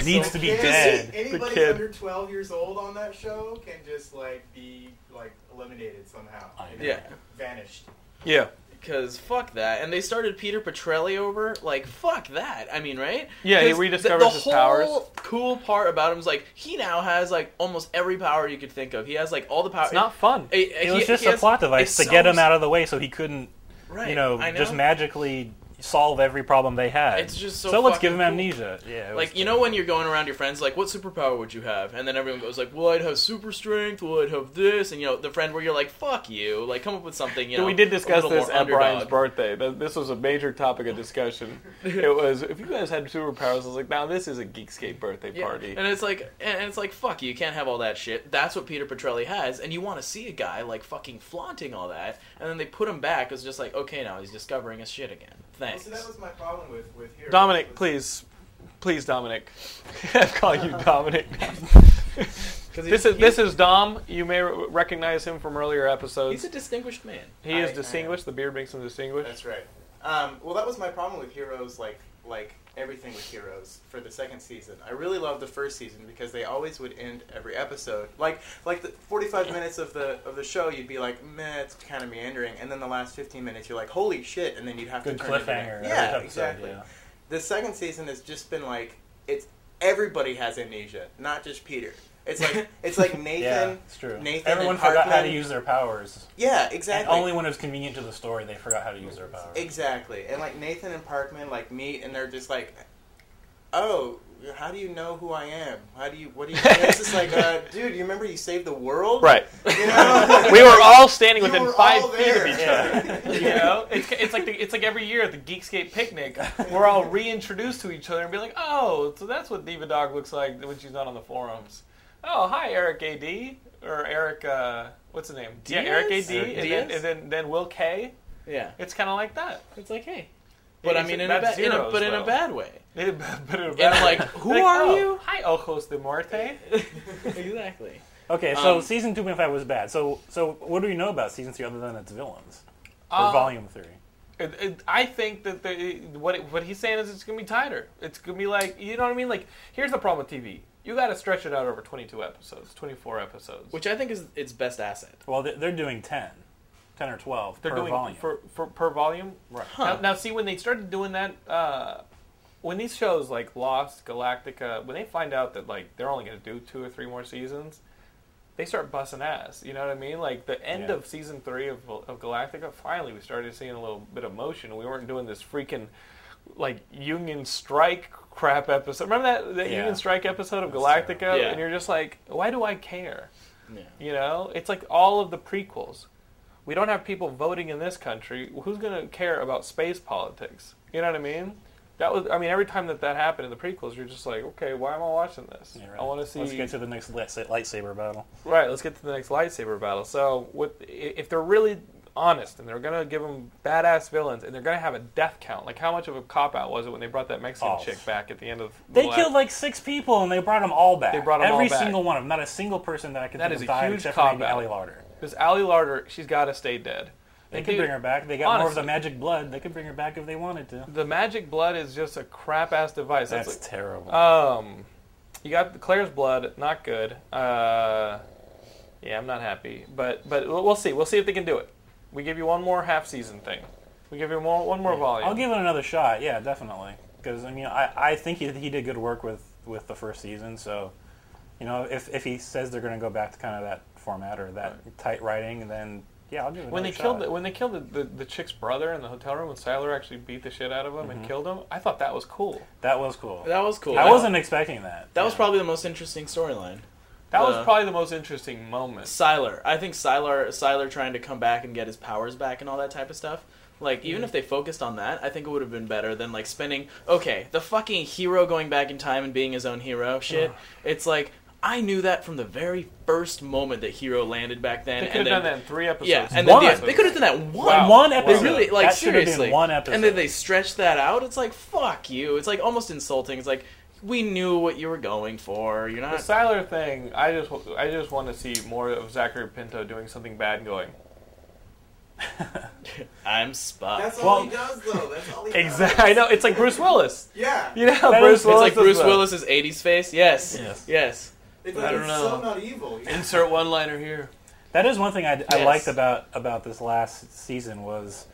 Speaker 4: needs to be
Speaker 5: Can't
Speaker 4: dead.
Speaker 5: Anybody
Speaker 2: kid.
Speaker 5: under 12 years old on that show can just like be like eliminated somehow.
Speaker 4: I
Speaker 5: You know,
Speaker 3: yeah.
Speaker 5: Vanished.
Speaker 2: yeah,
Speaker 3: Because fuck that. And they started Peter Petrelli over. Like, fuck that. I mean, right?
Speaker 2: Yeah, he
Speaker 3: 'Cause
Speaker 2: rediscovers
Speaker 3: the, the
Speaker 2: his powers.
Speaker 3: whole cool part about him is like, he now has like almost every power you could think of. He has like all the power.
Speaker 2: it's not fun.
Speaker 3: It, it-
Speaker 4: It was
Speaker 3: he-
Speaker 4: just
Speaker 3: he
Speaker 4: a
Speaker 3: has-
Speaker 4: plot device
Speaker 3: it's
Speaker 4: to
Speaker 3: so-
Speaker 4: get him out of the way, so he couldn't,
Speaker 3: Right,
Speaker 4: you know,
Speaker 3: I
Speaker 4: just magically solve every problem they had.
Speaker 3: It's just so
Speaker 4: let's give
Speaker 3: fucking
Speaker 4: him
Speaker 3: cool.
Speaker 4: amnesia. Yeah. it
Speaker 3: Like
Speaker 4: was
Speaker 3: you know when you're going around your friends like what superpower would you have and then everyone goes like well I'd have super strength well I'd have this and you know the friend where you're like fuck you like come up with something you know
Speaker 2: we did
Speaker 3: a
Speaker 2: discuss
Speaker 3: little
Speaker 2: this
Speaker 3: more
Speaker 2: at
Speaker 3: underdog.
Speaker 2: Brian's birthday. Th- This was a major topic of discussion. it was if you guys had superpowers. I was like, now this is a Geekscape birthday
Speaker 3: Yeah.
Speaker 2: party.
Speaker 3: And it's like, and it's like, fuck you, you can't have all that shit. That's what Peter Petrelli has, and you want to see a guy like fucking flaunting all that, and then they put him back. It's just like, okay, now he's discovering his shit again.
Speaker 5: Well,
Speaker 3: Thanks.
Speaker 5: so that was my problem with with Heroes.
Speaker 2: Dominic,
Speaker 5: was-
Speaker 2: please, please, Dominic. I'm calling you Dominic.
Speaker 3: 'Cause he's-
Speaker 2: this is
Speaker 3: he's-
Speaker 2: this is Dom. You may re- recognize him from earlier episodes.
Speaker 3: He's a distinguished man.
Speaker 2: he
Speaker 5: I-
Speaker 2: is
Speaker 5: I-
Speaker 2: distinguished. The beard makes him distinguished.
Speaker 5: That's right. Um, well, that was my problem with Heroes, like like everything with Heroes for the second season. I really loved the first season because they always would end every episode like like the 45 minutes of the of the show. You'd be like, meh, it's kind of meandering, and then the last 15 minutes, you're like, holy shit, and then you'd have
Speaker 4: good
Speaker 5: to turn it in.
Speaker 4: cliffhanger. every
Speaker 5: Yeah,
Speaker 4: episode,
Speaker 5: exactly.
Speaker 4: yeah.
Speaker 5: The second season has just been like it's everybody has amnesia, not just Peter. It's like it's like Nathan.
Speaker 4: Yeah, it's true.
Speaker 5: Nathan
Speaker 4: Everyone
Speaker 5: and
Speaker 4: forgot how to
Speaker 5: Parkman-
Speaker 4: use their powers.
Speaker 5: Yeah,
Speaker 4: And
Speaker 5: exactly.
Speaker 4: only when it was convenient to the story, they forgot how to use their powers.
Speaker 5: Exactly. And like Nathan and Parkman like meet and they're just like Oh, how do you know who I am? How do you what do you and it's just like, uh, dude, you remember you saved the world?
Speaker 2: Right.
Speaker 5: You know?
Speaker 2: We were all standing
Speaker 5: You
Speaker 2: within
Speaker 5: were
Speaker 2: five
Speaker 5: all
Speaker 2: feet of
Speaker 5: there.
Speaker 2: each
Speaker 4: Yeah.
Speaker 2: other. You know, it's, it's like the, it's like every year at the Geekscape picnic, we're all reintroduced to each other and be like, oh, so that's what Diva Dog looks like when she's not on the forums. Oh, hi, Eric AD or Eric, uh, what's his name?
Speaker 3: Diaz?
Speaker 2: Yeah, Eric AD,
Speaker 3: Eric
Speaker 2: and, then,
Speaker 3: Diaz?
Speaker 2: and then then Will K.
Speaker 3: Yeah,
Speaker 2: It's kind of like that,
Speaker 3: it's like, hey, but I
Speaker 2: It's-
Speaker 3: mean, in a,
Speaker 2: that's
Speaker 3: ba- in a
Speaker 2: zeros,
Speaker 3: but in a
Speaker 2: though.
Speaker 3: bad way.
Speaker 2: but in a
Speaker 3: And
Speaker 2: bad
Speaker 3: like,
Speaker 2: way.
Speaker 3: who are
Speaker 2: oh,
Speaker 3: you?
Speaker 2: Hi, Ojos de Muerte.
Speaker 3: exactly.
Speaker 4: Okay, so
Speaker 3: Um,
Speaker 4: season two point five was bad. So, so what do we know about season three other than its villains or
Speaker 2: Uh,
Speaker 4: volume three?
Speaker 2: It, it, I think that the, what it, what he's saying is it's gonna be tighter. It's gonna be like you know what I mean. Like here's the problem with TV. You got to stretch it out over 22 episodes, 24 episodes.
Speaker 3: Which I think is its best asset.
Speaker 4: Well, they- they're doing 10, 10 or twelve
Speaker 2: they're
Speaker 4: per
Speaker 2: doing
Speaker 4: volume.
Speaker 2: For, for per volume. Right. Now, now see when they started doing that, uh, when these shows like Lost, Galactica, when they find out that like they're only gonna do two or three more seasons, they start busting ass. You know what I mean? Like the end
Speaker 4: Yeah.
Speaker 2: of season three of, of Galactica, finally we started seeing a little bit of motion. We weren't doing this freaking like union strike crap episode. Remember that that
Speaker 4: Yeah.
Speaker 2: union strike episode of
Speaker 4: That's
Speaker 2: Galactica?
Speaker 4: terrible.
Speaker 3: Yeah.
Speaker 2: And you're just like, why do I care?
Speaker 3: Yeah.
Speaker 2: You know, it's like all of the prequels. We don't have people voting in this country. Who's going to care about space politics? You know what I mean? That was, I mean, every time that that happened in the prequels, you're just like, okay, why am I watching this?
Speaker 4: Yeah,
Speaker 2: I
Speaker 4: right.
Speaker 2: want to see.
Speaker 4: Let's get to the next light- lightsaber battle.
Speaker 2: right, let's get to the next lightsaber battle. So, with, i- if they're really honest and they're going to give them badass villains and they're going to have a death count, like how much of a cop out was it when they brought that Mexican
Speaker 4: Oh.
Speaker 2: chick back at the end of the
Speaker 4: They
Speaker 2: last-
Speaker 4: killed like six people and they brought them all back.
Speaker 2: They brought 'em all
Speaker 4: every
Speaker 2: back.
Speaker 4: single one of them. Not a single person that I can
Speaker 2: That
Speaker 4: think
Speaker 2: is
Speaker 4: of
Speaker 2: a
Speaker 4: died
Speaker 2: huge
Speaker 4: except for maybe
Speaker 2: cop-out.
Speaker 4: Ally Larder.
Speaker 2: Because Allie Larder, she's got to stay dead.
Speaker 4: They
Speaker 2: And
Speaker 4: could
Speaker 2: dude,
Speaker 4: bring her back. They got more of the
Speaker 2: honestly-
Speaker 4: magic blood. They could bring her back if they wanted to.
Speaker 2: The magic blood is just a crap ass device.
Speaker 4: That's,
Speaker 2: That's, like,
Speaker 4: terrible.
Speaker 2: um, you got the Claire's blood, not good. Uh, yeah, I'm not happy, but but we'll we'll see. We'll see if they can do it. We give you one more half season thing. We give you more, one more volume.
Speaker 4: I'll give it another shot. Yeah, definitely. Because I mean, I, I think he, he did good work with, with the first season. So, you know, if, if he says they're going to go back to kind of that format or that tight writing, then yeah, I'll give it.
Speaker 2: when they
Speaker 4: another
Speaker 2: killed
Speaker 4: shot.
Speaker 2: the, when they killed the, the, the chick's brother in the hotel room when Siler actually beat the shit out of him and
Speaker 3: Mm-hmm.
Speaker 2: killed him, I thought that was cool.
Speaker 4: that was cool.
Speaker 3: That was cool.
Speaker 4: I wasn't expecting that.
Speaker 3: That was probably the most interesting storyline.
Speaker 2: That
Speaker 3: Uh,
Speaker 2: was probably the most interesting moment.
Speaker 3: Siler. I think Siler Siler trying to come back and get his powers back and all that type of stuff. Like even if they focused on that, I think it would have been better than like spending okay, the fucking hero going back in time and being his own hero shit. It's like I knew that from the very first moment that Hero landed back then.
Speaker 2: They could
Speaker 3: and
Speaker 2: have
Speaker 3: then,
Speaker 2: done that in three episodes.
Speaker 3: Yeah, and
Speaker 4: One.
Speaker 3: then the, they could have done that one.
Speaker 2: Wow.
Speaker 4: One
Speaker 2: Wow.
Speaker 4: episode.
Speaker 3: They really like
Speaker 4: that should have been
Speaker 3: seriously.
Speaker 4: one episode.
Speaker 3: And then they stretch that out. It's like fuck you. It's like almost insulting. It's like we knew what you were going for. You're
Speaker 2: The
Speaker 3: not.
Speaker 2: Siler thing, I just w- I just want to see more of Zachary Pinto doing something bad and going.
Speaker 3: I'm Spock.
Speaker 5: That's
Speaker 4: Well-
Speaker 5: all he does, though. That's all he does.
Speaker 2: Exactly. I know it's like Bruce Willis.
Speaker 5: Yeah.
Speaker 2: You know, how
Speaker 4: That
Speaker 2: Bruce
Speaker 4: is-
Speaker 3: it's
Speaker 2: Willis.
Speaker 3: like
Speaker 2: does
Speaker 3: Bruce
Speaker 2: that.
Speaker 3: Willis's '80s face. Yes.
Speaker 4: Yes.
Speaker 3: Yes.
Speaker 5: It's
Speaker 2: I
Speaker 5: like,
Speaker 2: don't
Speaker 5: it's
Speaker 2: know.
Speaker 5: so not evil. Yeah.
Speaker 2: Insert one liner here.
Speaker 4: That is one thing I, I
Speaker 3: Yes.
Speaker 4: liked about about this last season was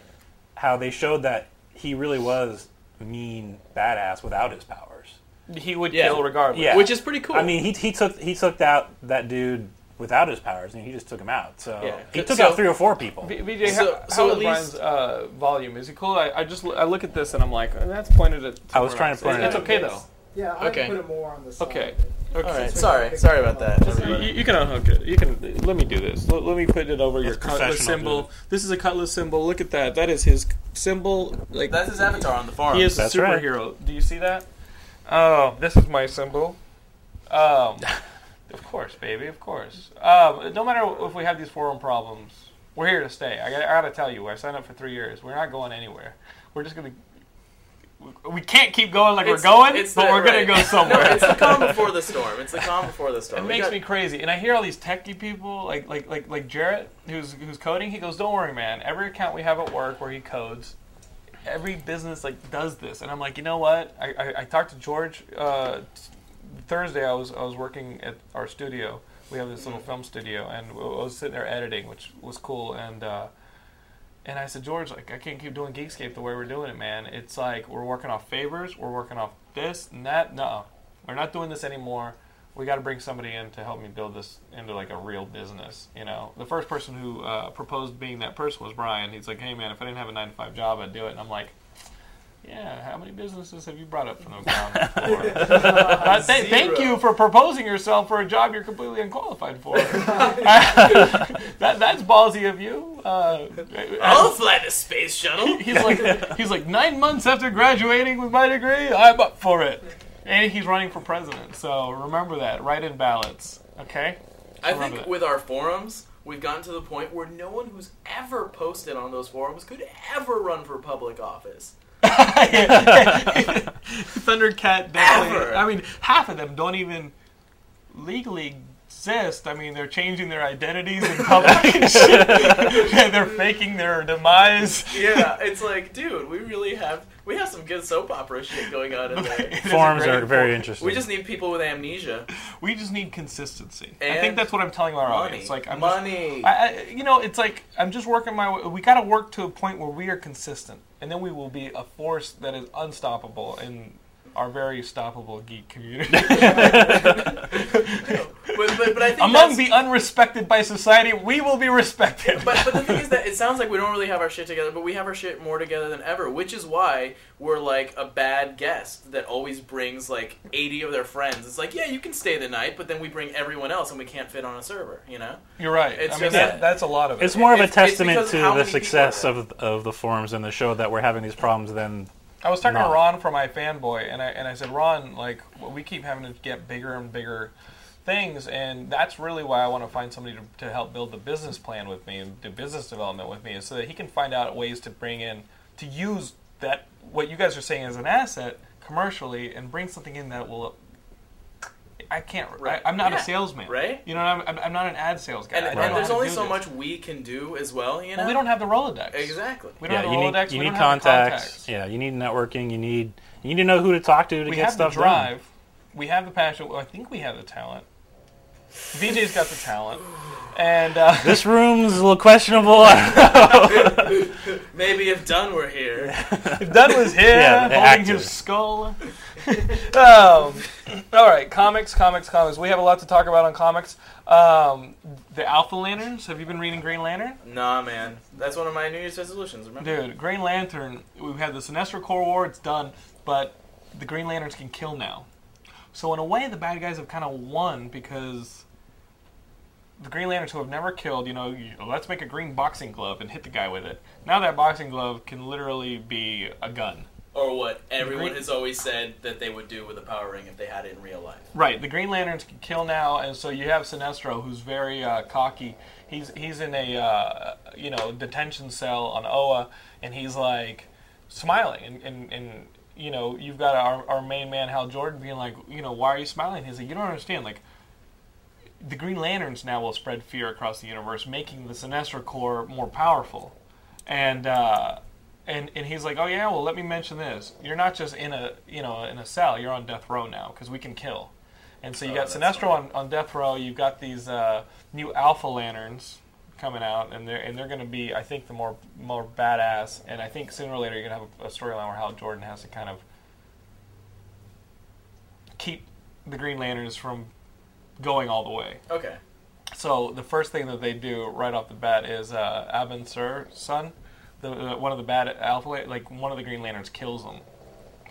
Speaker 4: how they showed that he really was mean badass without his powers.
Speaker 2: He would
Speaker 3: Yeah.
Speaker 2: kill regardless.
Speaker 4: Yeah.
Speaker 3: Which is pretty cool.
Speaker 4: I mean, he he took he took out that dude without his powers, and he just took him out. So
Speaker 3: Yeah.
Speaker 4: he took
Speaker 3: So-
Speaker 4: out three or four people.
Speaker 2: B- BJ,
Speaker 3: So-
Speaker 2: how,
Speaker 3: so
Speaker 2: how
Speaker 3: at
Speaker 2: is Brian's
Speaker 3: least-
Speaker 2: uh, volume? Is he cool? I, I just l- I look at this and I'm like, oh, that's pointed at.
Speaker 4: I was
Speaker 2: somewhere
Speaker 4: trying to
Speaker 2: else.
Speaker 4: point it
Speaker 2: It's
Speaker 4: at-
Speaker 2: okay though.
Speaker 6: Yeah, I
Speaker 3: Okay.
Speaker 6: put it more on the side.
Speaker 2: Okay.
Speaker 3: all right. Sorry. Sorry about that.
Speaker 2: You,
Speaker 3: everybody.
Speaker 2: you can unhook it. You can let me do this. Let, let me put it over your cutlass
Speaker 4: professional,
Speaker 2: symbol.
Speaker 4: dude.
Speaker 2: This is a cutlass symbol. Look at that. That is his symbol. Like
Speaker 3: That's his avatar on the farm.
Speaker 2: He is
Speaker 4: That's
Speaker 2: a
Speaker 4: right.
Speaker 2: superhero. Do you see that? Oh, this is my symbol. Um, of course, baby, of course. Um, no matter if we have these forum problems, we're here to stay. I gotta, I gotta tell you, I signed up for three years. We're not going anywhere. We're just gonna. we- We can't keep going like
Speaker 3: It's-
Speaker 2: we're going,
Speaker 3: it's
Speaker 2: but
Speaker 3: the-
Speaker 2: we're
Speaker 3: right.
Speaker 2: gonna go somewhere.
Speaker 3: No, it's the calm before the storm. It's the calm before the storm.
Speaker 2: It
Speaker 3: We
Speaker 2: makes
Speaker 3: got-
Speaker 2: me crazy, and I hear all these techie people, like like like like Jarrett, who's who's coding. He goes, "Don't worry, man. Every account we have at work where he codes, every business like does this." And I'm like, you know what? I I, I talked to George uh, t- Thursday. I was I was working at our studio. We have this little
Speaker 3: Mm.
Speaker 2: film studio, and I was sitting there editing, which was cool. And uh, and I said, George, like I can't keep doing Geekscape the way we're doing it, man. It's like we're working off favors, we're working off this and that. No, we're not doing this anymore. We got to bring somebody in to help me build this into like a real business. You know, the first person who uh, proposed being that person was Brian. He's like, Hey, man, if I didn't have a nine to five job, I'd do it. And I'm like. Yeah, how many businesses have you brought up from the ground floor? But th- thank
Speaker 5: Zero.
Speaker 2: you for proposing yourself for a job you're completely unqualified for. that, that's ballsy of you. Uh,
Speaker 3: I'll fly the space shuttle.
Speaker 2: he's like he's like nine months after graduating with my degree, I'm up for it. And he's running for president, so remember that. Write in ballots, okay?
Speaker 3: I
Speaker 2: Remember
Speaker 3: think
Speaker 2: that.
Speaker 3: with our forums, we've gotten to the point where no one who's ever posted on those forums could ever run for public office.
Speaker 2: Thundercat, definitely.
Speaker 3: Ever.
Speaker 2: I mean, half of them don't even legally exist. I mean, they're changing their identities in public and shit. they're faking their demise.
Speaker 3: Yeah, it's like, dude, we really have we have some good soap opera shit going on in there.
Speaker 4: Forums
Speaker 2: great
Speaker 4: are very
Speaker 2: point.
Speaker 4: interesting.
Speaker 3: We just need people with amnesia.
Speaker 2: We just need consistency. I
Speaker 3: And
Speaker 2: think that's what I'm telling our
Speaker 3: Money,
Speaker 2: audience. Like, I'm just-
Speaker 3: money.
Speaker 2: I, I, you know, it's like I'm just working my way. We got to work to a point where we are consistent, and then we will be a force that is unstoppable in our very stoppable geek community.
Speaker 3: but, but, but I think
Speaker 2: Among
Speaker 3: that's-
Speaker 2: the unrespected by society, we will be respected.
Speaker 3: but, but the thing is that it sounds like we don't really have our shit together, but we have our shit more together than ever, which is why we're like a bad guest that always brings like 80 of their friends. It's like, yeah, you can stay the night, but then we bring everyone else and we can't fit on a server, you know?
Speaker 2: You're right.
Speaker 3: It's
Speaker 2: I mean,
Speaker 3: just-
Speaker 2: that, that's a lot of it.
Speaker 4: it's more of a
Speaker 3: It's- it's
Speaker 4: testament
Speaker 3: because
Speaker 4: to
Speaker 3: of how
Speaker 4: the
Speaker 3: many people
Speaker 4: success
Speaker 3: are
Speaker 4: of of the forums and the show that we're having these problems than
Speaker 2: I was talking
Speaker 4: No.
Speaker 2: to Ron from my fanboy, and I and I said, Ron, like we keep having to get bigger and bigger things, and that's really why I want to find somebody to, to help build the business plan with me and do business development with me, is so that he can find out ways to bring in to use that what you guys are saying as an asset commercially and bring something in that will. I can't.
Speaker 3: Right.
Speaker 2: I, am not
Speaker 3: Yeah.
Speaker 2: a salesman,
Speaker 3: Right.
Speaker 2: You know, I'm, I'm, I'm not an ad sales guy.
Speaker 3: And,
Speaker 2: I don't
Speaker 3: and
Speaker 2: know how
Speaker 3: there's
Speaker 2: to
Speaker 3: only
Speaker 2: do
Speaker 3: so
Speaker 2: this.
Speaker 3: much we can do as well, you know?
Speaker 2: Well, we don't have the Rolodex.
Speaker 3: Exactly.
Speaker 2: We don't
Speaker 4: yeah
Speaker 2: have
Speaker 4: you
Speaker 2: the
Speaker 4: need
Speaker 2: Rolodex.
Speaker 4: you
Speaker 2: we
Speaker 4: need
Speaker 2: don't have the
Speaker 4: contacts yeah you need networking you need you need to know who to talk to to
Speaker 2: we
Speaker 4: get
Speaker 2: have
Speaker 4: stuff
Speaker 2: the drive. We have the passion. Well, I think we have the talent. VJ's got the talent, and uh,
Speaker 4: done. This room's a little questionable.
Speaker 3: Maybe if Dunn were here.
Speaker 2: Dunn was here
Speaker 4: Yeah,
Speaker 2: holding
Speaker 4: actor.
Speaker 2: his skull. um, all right, comics, comics, comics. We have a lot to talk about on comics. Um, the Alpha Lanterns. Have you been reading Green Lantern?
Speaker 3: Nah, man. That's one of my New Year's resolutions, remember?
Speaker 2: Dude, Green Lantern. We've had the Sinestro Corps War. It's done, but the Green Lanterns can kill now. So in a way, the bad guys have kind of won because the Green Lanterns who have never killed, you know, you, oh, let's make a green boxing glove and hit the guy with it. Now that boxing glove can literally be a gun.
Speaker 3: or what everyone
Speaker 2: Green-
Speaker 3: has always said that they would do with a power ring if they had it in real life.
Speaker 2: Right, the Green Lanterns can kill now, and so you have Sinestro, who's very uh, cocky. He's he's in a uh, you know detention cell on Oa, and he's like smiling, and and, and you know you've got our our main man Hal Jordan being like, you know, why are you smiling? He's like, you don't understand, like. The Green Lanterns now will spread fear across the universe, making the Sinestro Corps more powerful, and uh, and and he's like, oh yeah, well let me mention this. You're not just in a you know in a cell. You're on death row now because we can kill. And so you
Speaker 3: Oh,
Speaker 2: got
Speaker 3: that's
Speaker 2: Sinestro
Speaker 3: funny.
Speaker 2: on, on death row. You've got these uh, new Alpha Lanterns coming out, and they're and they're going to be, I think, the more more badass. And I think sooner or later you're going to have a, a storyline where Hal Jordan has to kind of keep the Green Lanterns from going all the way.
Speaker 3: Okay.
Speaker 2: So the first thing that they do right off the bat is uh, Abin Sur son, the, the one of the bad alpha La- like one of the Green Lanterns kills him.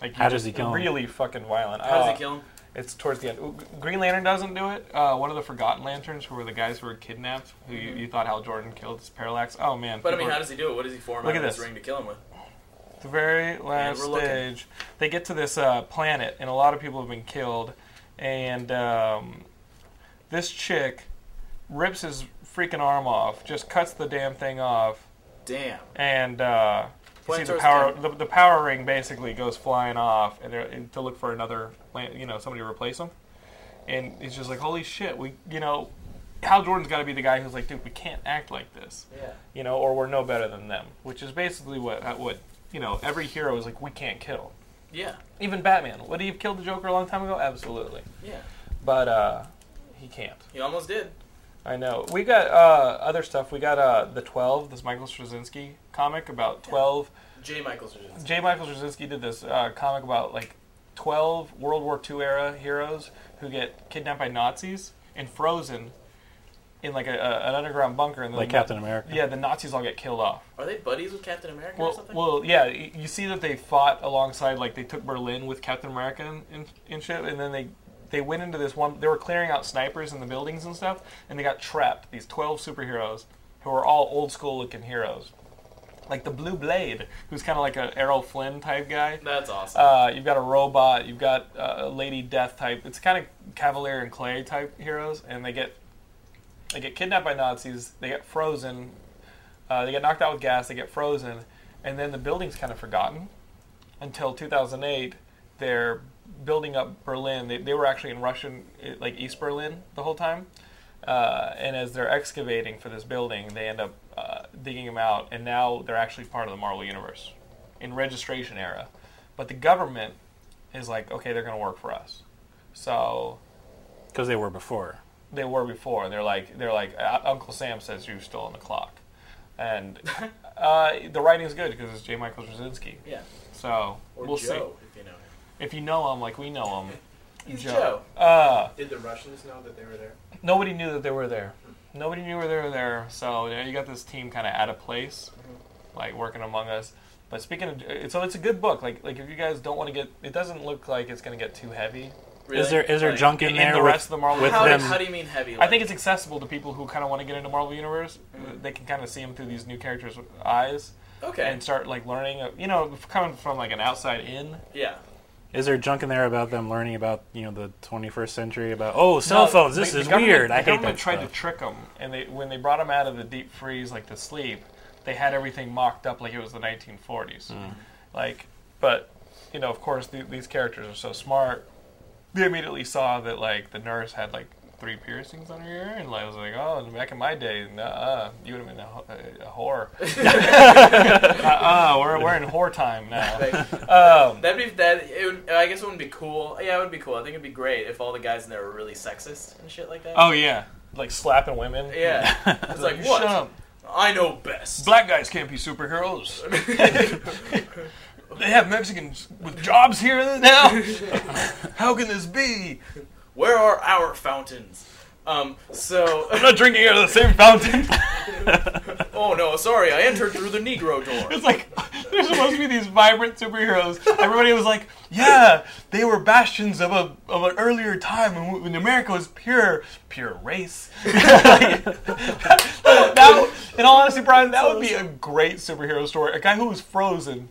Speaker 2: Like
Speaker 4: How does he kill him?
Speaker 2: Really fucking violent.
Speaker 3: How does
Speaker 2: Uh,
Speaker 3: he kill him?
Speaker 2: It's towards the end. Ooh, G- Green Lantern doesn't do it. Uh, one of the Forgotten Lanterns, who were the guys who were kidnapped, who you, you thought Hal Jordan killed, is Parallax. Oh man!
Speaker 3: But I
Speaker 2: people
Speaker 3: mean,
Speaker 2: are-
Speaker 3: how does he do it? What does he form
Speaker 2: Look
Speaker 3: out
Speaker 2: at
Speaker 3: of this
Speaker 2: this.
Speaker 3: ring to kill him with?
Speaker 2: the very last
Speaker 3: we're looking.
Speaker 2: stage, they get to this uh, planet, and a lot of people have been killed. And um, this chick rips his freaking arm off, just cuts the damn thing off,
Speaker 3: Damn.
Speaker 2: and uh, you
Speaker 3: Point
Speaker 2: see the
Speaker 3: towards
Speaker 2: power
Speaker 3: the
Speaker 2: the, the power ring basically goes flying off, and, they're, and to look for another, lan- you know, somebody to replace him. And it's just like, holy shit, we, you know, Hal Jordan's got to be the guy who's like, dude, we can't act like this
Speaker 3: Yeah.
Speaker 2: you know, or we're no better than them, which is basically what uh, what you know every hero is like. We can't kill.
Speaker 3: Yeah.
Speaker 2: Even Batman. Would he have killed the Joker a long time ago? Absolutely,
Speaker 3: Yeah.
Speaker 2: but uh, he can't.
Speaker 3: He almost did.
Speaker 2: I know. We got uh, other stuff. We got uh, the Twelve, this Michael Straczynski comic about Twelve.
Speaker 3: J. Michael Straczynski.
Speaker 2: J. Michael Straczynski did this uh, comic about like twelve World War II era heroes who get kidnapped by Nazis and frozen in like a, a, an underground bunker, and then
Speaker 4: Like
Speaker 2: the Na-
Speaker 4: Captain America.
Speaker 2: Yeah, the Nazis all get killed off.
Speaker 3: Are they buddies with Captain America or
Speaker 2: Well,
Speaker 3: something?
Speaker 2: well, yeah. y- You see that they fought alongside, like they took Berlin with Captain America and, and, and shit, and then they they went into this one. They were clearing out snipers in the buildings and stuff, and they got trapped. These twelve superheroes who are all old school looking heroes, like the Blue Blade, who's kind of like an Errol Flynn type guy.
Speaker 3: That's awesome.
Speaker 2: Uh, you've got a robot. You've got uh, a Lady Death type. It's kind of Cavalier and Clay type heroes, and they get they get kidnapped by Nazis. They get frozen. Uh, they get knocked out with gas. They get frozen, and then the building's kind of forgotten until 2008. They're building up Berlin. They, they were actually in Russian, eh, like East Berlin, the whole time. Uh, and as they're excavating for this building, they end up uh, digging them out, and now they're actually part of the Marvel universe in registration era. But the government is like, okay, they're going to work for us. So
Speaker 4: Because they were before.
Speaker 2: they were before. They're like they're like "Uh, Uncle Sam says you're still on the clock, and uh, the writing's good because it's J. Michael Straczynski.
Speaker 3: yeah.
Speaker 2: So
Speaker 3: Or
Speaker 2: we'll
Speaker 3: Joe, if you know him.
Speaker 2: see. If you know him, like we know him,
Speaker 3: He's
Speaker 2: Joe.
Speaker 3: Joe.
Speaker 2: Uh,
Speaker 5: Did the Russians know that they were there?
Speaker 2: nobody knew that they were there. Nobody knew where they were there. So you, know, you got this team kind of out of place, like working among us. But speaking of, uh, so it's a good book. Like like if you guys don't want to get, it doesn't look like it's going to get too heavy.
Speaker 3: Really?
Speaker 4: Is there is there
Speaker 3: Like,
Speaker 4: junk in,
Speaker 2: in
Speaker 4: there
Speaker 2: the
Speaker 4: with,
Speaker 2: rest of the Marvel
Speaker 4: with
Speaker 3: How,
Speaker 4: them?
Speaker 3: do, how do you mean heavy?
Speaker 2: I
Speaker 3: Like,
Speaker 2: think it's accessible to people who kind of want to get into Marvel Universe. They can kind of see them through these new characters' eyes
Speaker 3: okay.
Speaker 2: and start like learning. uh, You know, coming from like an outside in.
Speaker 3: yeah.
Speaker 4: Is there junk in there about them learning about you know the 21st century about oh cell phones? This
Speaker 2: the- the
Speaker 4: is
Speaker 2: government-
Speaker 4: weird. I
Speaker 2: The
Speaker 4: hate
Speaker 2: government
Speaker 4: that
Speaker 2: tried
Speaker 4: stuff.
Speaker 2: to trick them, and they when they brought them out of the deep freeze, like to sleep, they had everything mocked up like it was the 1940s.
Speaker 4: Hmm.
Speaker 2: Like, but you know, of course, the, these characters are so smart. They immediately saw that like the nurse had like three piercings on her ear, and like, I was like, oh, back in my day, uh, you would have been a, ho- a, a whore. uh, we're we're in whore time now.
Speaker 3: Like,
Speaker 2: Um,
Speaker 3: that'd be that. It would, I guess it wouldn't be cool. Yeah, it would be cool. I think it'd be great if all the guys in there were really sexist and shit like that.
Speaker 2: oh yeah, like slapping women.
Speaker 3: Yeah. it's like
Speaker 2: You
Speaker 3: what?
Speaker 2: Shut up.
Speaker 3: I know best.
Speaker 2: Black guys can't be superheroes. they have Mexicans with jobs here now. How can this be?
Speaker 3: Where are our fountains? Um. So.
Speaker 2: I'm not drinking out of the same fountain.
Speaker 3: oh no, sorry. I entered through the Negro door.
Speaker 2: It's like there's supposed to be these vibrant superheroes. Everybody was like, "Yeah, they were bastions of a of an earlier time when, when America was pure, pure race." Like, that, that- in all honesty, Brian, that would be a great superhero story. A guy who was frozen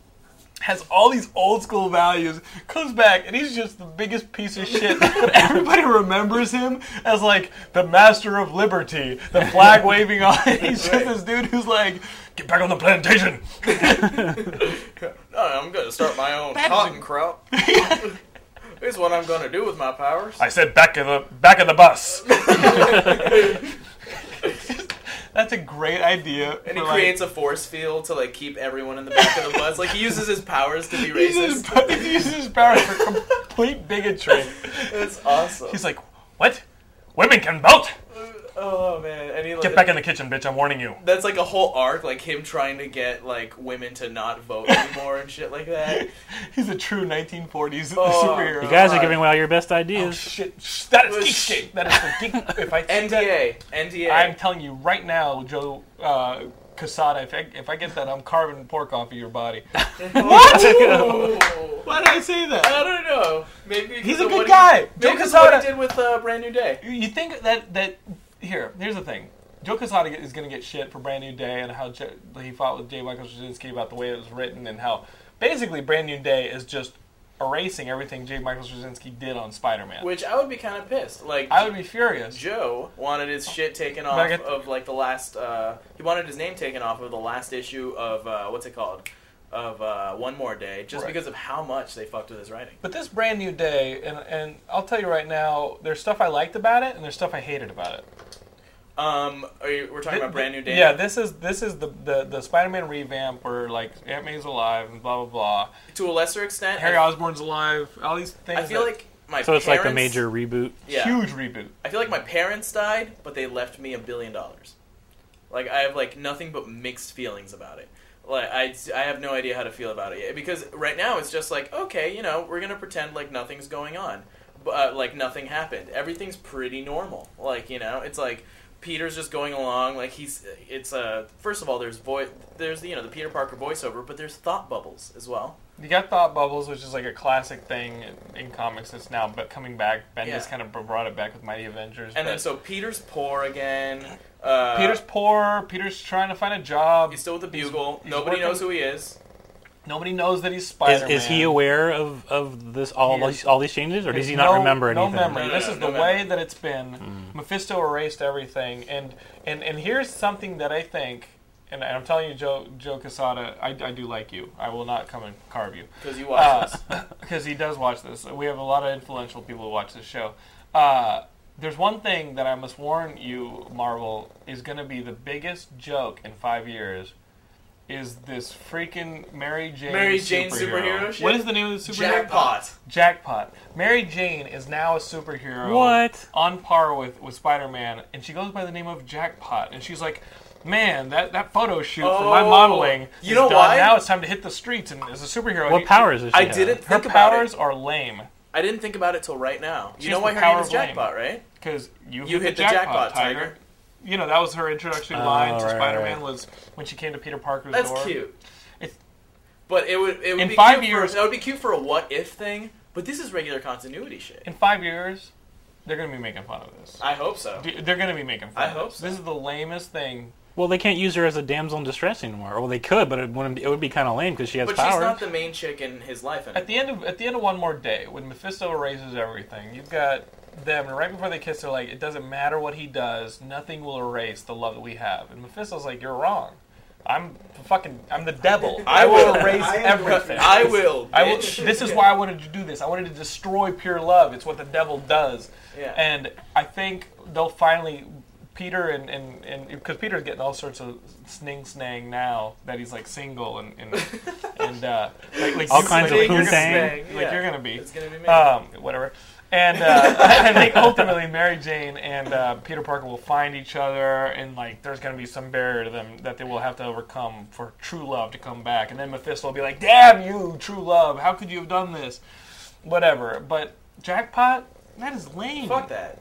Speaker 2: has all these old school values, comes back, and he's just the biggest piece of shit. but everybody remembers him as like the master of liberty, the flag waving on. He's just this dude who's like, get back on the plantation.
Speaker 3: No, Uh, I'm gonna start my own cotton crop. Here's what I'm gonna do with my powers.
Speaker 2: I said back of the back of the bus. That's a great idea.
Speaker 3: and he
Speaker 2: for, like-
Speaker 3: creates a force field to like keep everyone in the back of the bus. Like he uses his powers to be
Speaker 2: He uses,
Speaker 3: racist.
Speaker 2: his- he uses his power for complete bigotry.
Speaker 3: That's awesome.
Speaker 2: He's like, what? Women can vote.
Speaker 3: oh man, and he like,
Speaker 2: Get back in the kitchen, bitch. I'm warning you.
Speaker 3: That's like a whole arc, like him trying to get like women to not vote anymore and shit like that.
Speaker 2: He's a true 1940s
Speaker 3: Oh.
Speaker 2: superhero.
Speaker 3: You
Speaker 4: You guys
Speaker 3: Alright.
Speaker 4: are giving away all your best ideas.
Speaker 2: Shit, sh- that is
Speaker 3: Well,
Speaker 2: geek
Speaker 3: sh-
Speaker 2: shit. That is the geek. If I see that,
Speaker 3: NDA, NDA.
Speaker 2: I'm telling you right now, Joe uh, Casada. If I, if I get that, I'm carving pork off of your body.
Speaker 3: Ooh.
Speaker 2: Why did I say that?
Speaker 3: I don't know. Maybe
Speaker 2: He's
Speaker 3: because
Speaker 2: a
Speaker 3: of
Speaker 2: good
Speaker 3: what
Speaker 2: guy.
Speaker 3: He,
Speaker 2: Joe
Speaker 3: maybe 'cause of what
Speaker 2: Quesada.
Speaker 3: he did with uh, Brand New Day.
Speaker 2: You think that that here? Here's the thing. Joe Casada is going to get shit for Brand New Day and how J- he fought with J. Michael Straczynski about the way it was written and how basically Brand New Day is just erasing everything J. Michael Straczynski did on Spider-Man.
Speaker 3: Which I would be kind of pissed. Like
Speaker 2: I would be furious.
Speaker 3: Joe wanted his shit taken off
Speaker 2: Back at-
Speaker 3: of like the last. Uh, he wanted his name taken off of the last issue of uh, what's it called? Of uh, One More Day, just
Speaker 2: Right.
Speaker 3: because of how much they fucked with his writing.
Speaker 2: But this brand new day, and, and I'll tell you right now, there's stuff I liked about it, and there's stuff I hated about it.
Speaker 3: Um, are you, we're talking about Brand New Day.
Speaker 2: Yeah, this is this is the the, the Spider-Man revamp where like Aunt May's alive and blah blah blah.
Speaker 3: to a lesser extent.
Speaker 2: Harry
Speaker 3: I,
Speaker 2: Osborn's alive. All these things.
Speaker 3: I feel
Speaker 2: that-
Speaker 3: like my
Speaker 4: So it's like
Speaker 3: parents,
Speaker 4: a major reboot.
Speaker 3: yeah.
Speaker 2: huge reboot.
Speaker 3: I feel like my parents died, but they left me a billion dollars. Like I have like nothing but mixed feelings about it. Like I, I have no idea how to feel about it yet because right now it's just like okay, you know, we're gonna pretend like nothing's going on, but uh, like nothing happened. Everything's pretty normal. Like you know, it's like Peter's just going along. Like he's it's uh, first of all there's voice there's you know the Peter Parker voiceover, but there's thought bubbles as well.
Speaker 2: You got thought bubbles, which is like a classic thing in, in comics that's now but coming back. Bendis
Speaker 3: Yeah.
Speaker 2: kind of brought it back with Mighty Avengers.
Speaker 3: And then
Speaker 2: but
Speaker 3: so Peter's poor again. Uh,
Speaker 2: Peter's poor. Peter's trying to find a job.
Speaker 3: he's still with the bugle.
Speaker 2: he's
Speaker 3: Nobody
Speaker 2: working-
Speaker 3: knows who he is.
Speaker 2: Nobody knows that he's
Speaker 4: Is,
Speaker 2: Spider-Man.
Speaker 4: is he aware of, of this all
Speaker 2: He is-
Speaker 4: these, all these changes, or does he
Speaker 2: There's
Speaker 4: not
Speaker 2: no-
Speaker 4: remember
Speaker 2: no
Speaker 4: anything? Hmm.
Speaker 2: memory.
Speaker 3: No, no,
Speaker 2: this
Speaker 3: no,
Speaker 2: is
Speaker 3: no
Speaker 2: the
Speaker 3: memory.
Speaker 2: way that it's been. Mephisto erased everything, and and and here's something that I think, and I'm telling you, Joe Joe Casada, I, I do like you. I will not come and carve you
Speaker 3: Because you watch
Speaker 2: Uh,
Speaker 3: this.
Speaker 2: because he does watch this. We have a lot of influential people who watch this show. Uh, there's one thing that I must warn you, Marvel, is going to be the biggest joke in five years. Is this freaking Mary Jane?
Speaker 3: Mary Jane superhero shit?
Speaker 2: What is the name of the superhero?
Speaker 3: Jackpot.
Speaker 2: Jackpot. Mary Jane is now a superhero.
Speaker 4: What?
Speaker 2: On par with, with Spider Man, and she goes by the name of Jackpot. And she's like, man, that, that photo shoot for my
Speaker 3: Oh.
Speaker 2: modeling.
Speaker 3: You
Speaker 2: is
Speaker 3: know
Speaker 2: done.
Speaker 3: why?
Speaker 2: Now it's time to hit the streets and as a superhero.
Speaker 4: What
Speaker 2: You-
Speaker 4: powers does she
Speaker 3: I
Speaker 4: have?
Speaker 3: didn't
Speaker 2: Her
Speaker 3: think about
Speaker 2: powers
Speaker 3: it.
Speaker 2: are lame.
Speaker 3: I didn't think about it till right now. You
Speaker 2: She's
Speaker 3: know why
Speaker 2: the
Speaker 3: her
Speaker 2: power
Speaker 3: name is
Speaker 2: of blame.
Speaker 3: Jackpot, right?
Speaker 2: Because you,
Speaker 3: You hit the jackpot, Tiger.
Speaker 2: You know, that was her introductory line to
Speaker 4: Oh, right, right,
Speaker 2: Spider Man was when she came to Peter Parker's
Speaker 3: That's
Speaker 2: door.
Speaker 3: cute.
Speaker 2: It's-
Speaker 3: But it would it would
Speaker 2: In
Speaker 3: be
Speaker 2: five
Speaker 3: cute
Speaker 2: years-
Speaker 3: For, that would be cute for a what if thing. But this is regular continuity shit.
Speaker 2: In five years, they're going to be making fun of this.
Speaker 3: I hope so.
Speaker 2: D- They're going to be making fun
Speaker 3: I
Speaker 2: of
Speaker 3: hope
Speaker 2: this.
Speaker 3: so.
Speaker 2: This is the lamest thing
Speaker 4: Well, they can't use her as a damsel in distress anymore. Well, they could, but it wouldn't. It would be kind of lame because she has
Speaker 3: But
Speaker 4: powers.
Speaker 3: she's not the main chick in his life
Speaker 2: At
Speaker 3: anymore.
Speaker 2: the end of at the end of one more day, when Mephisto erases everything, you've got them, and right before they kiss, they're like, "It doesn't matter what he does; nothing will erase the love that we have." And Mephisto's like, "You're wrong. I'm the fucking I'm the devil. I will erase
Speaker 5: I am
Speaker 2: everything.
Speaker 3: I will. Bitch.
Speaker 2: I will, this is why I wanted to do this. I wanted to destroy pure love. It's what the devil does.
Speaker 3: Yeah.
Speaker 2: And I think they'll finally Peter and and and because Peter's getting all sorts of sning snang now that he's like single and and and uh, like, like
Speaker 4: All
Speaker 2: you-
Speaker 4: kinds of
Speaker 2: like, you're gonna-
Speaker 4: hootang.
Speaker 2: like you're gonna be
Speaker 3: It's gonna be me.
Speaker 2: um, whatever. And uh, I think ultimately Mary Jane and uh, Peter Parker will find each other, and like there's going to be some barrier to them that they will have to overcome for true love to come back. And then Mephisto will be like, "Damn you, true love! How could you have done this?" Whatever. But jackpot, that is lame.
Speaker 3: Fuck that.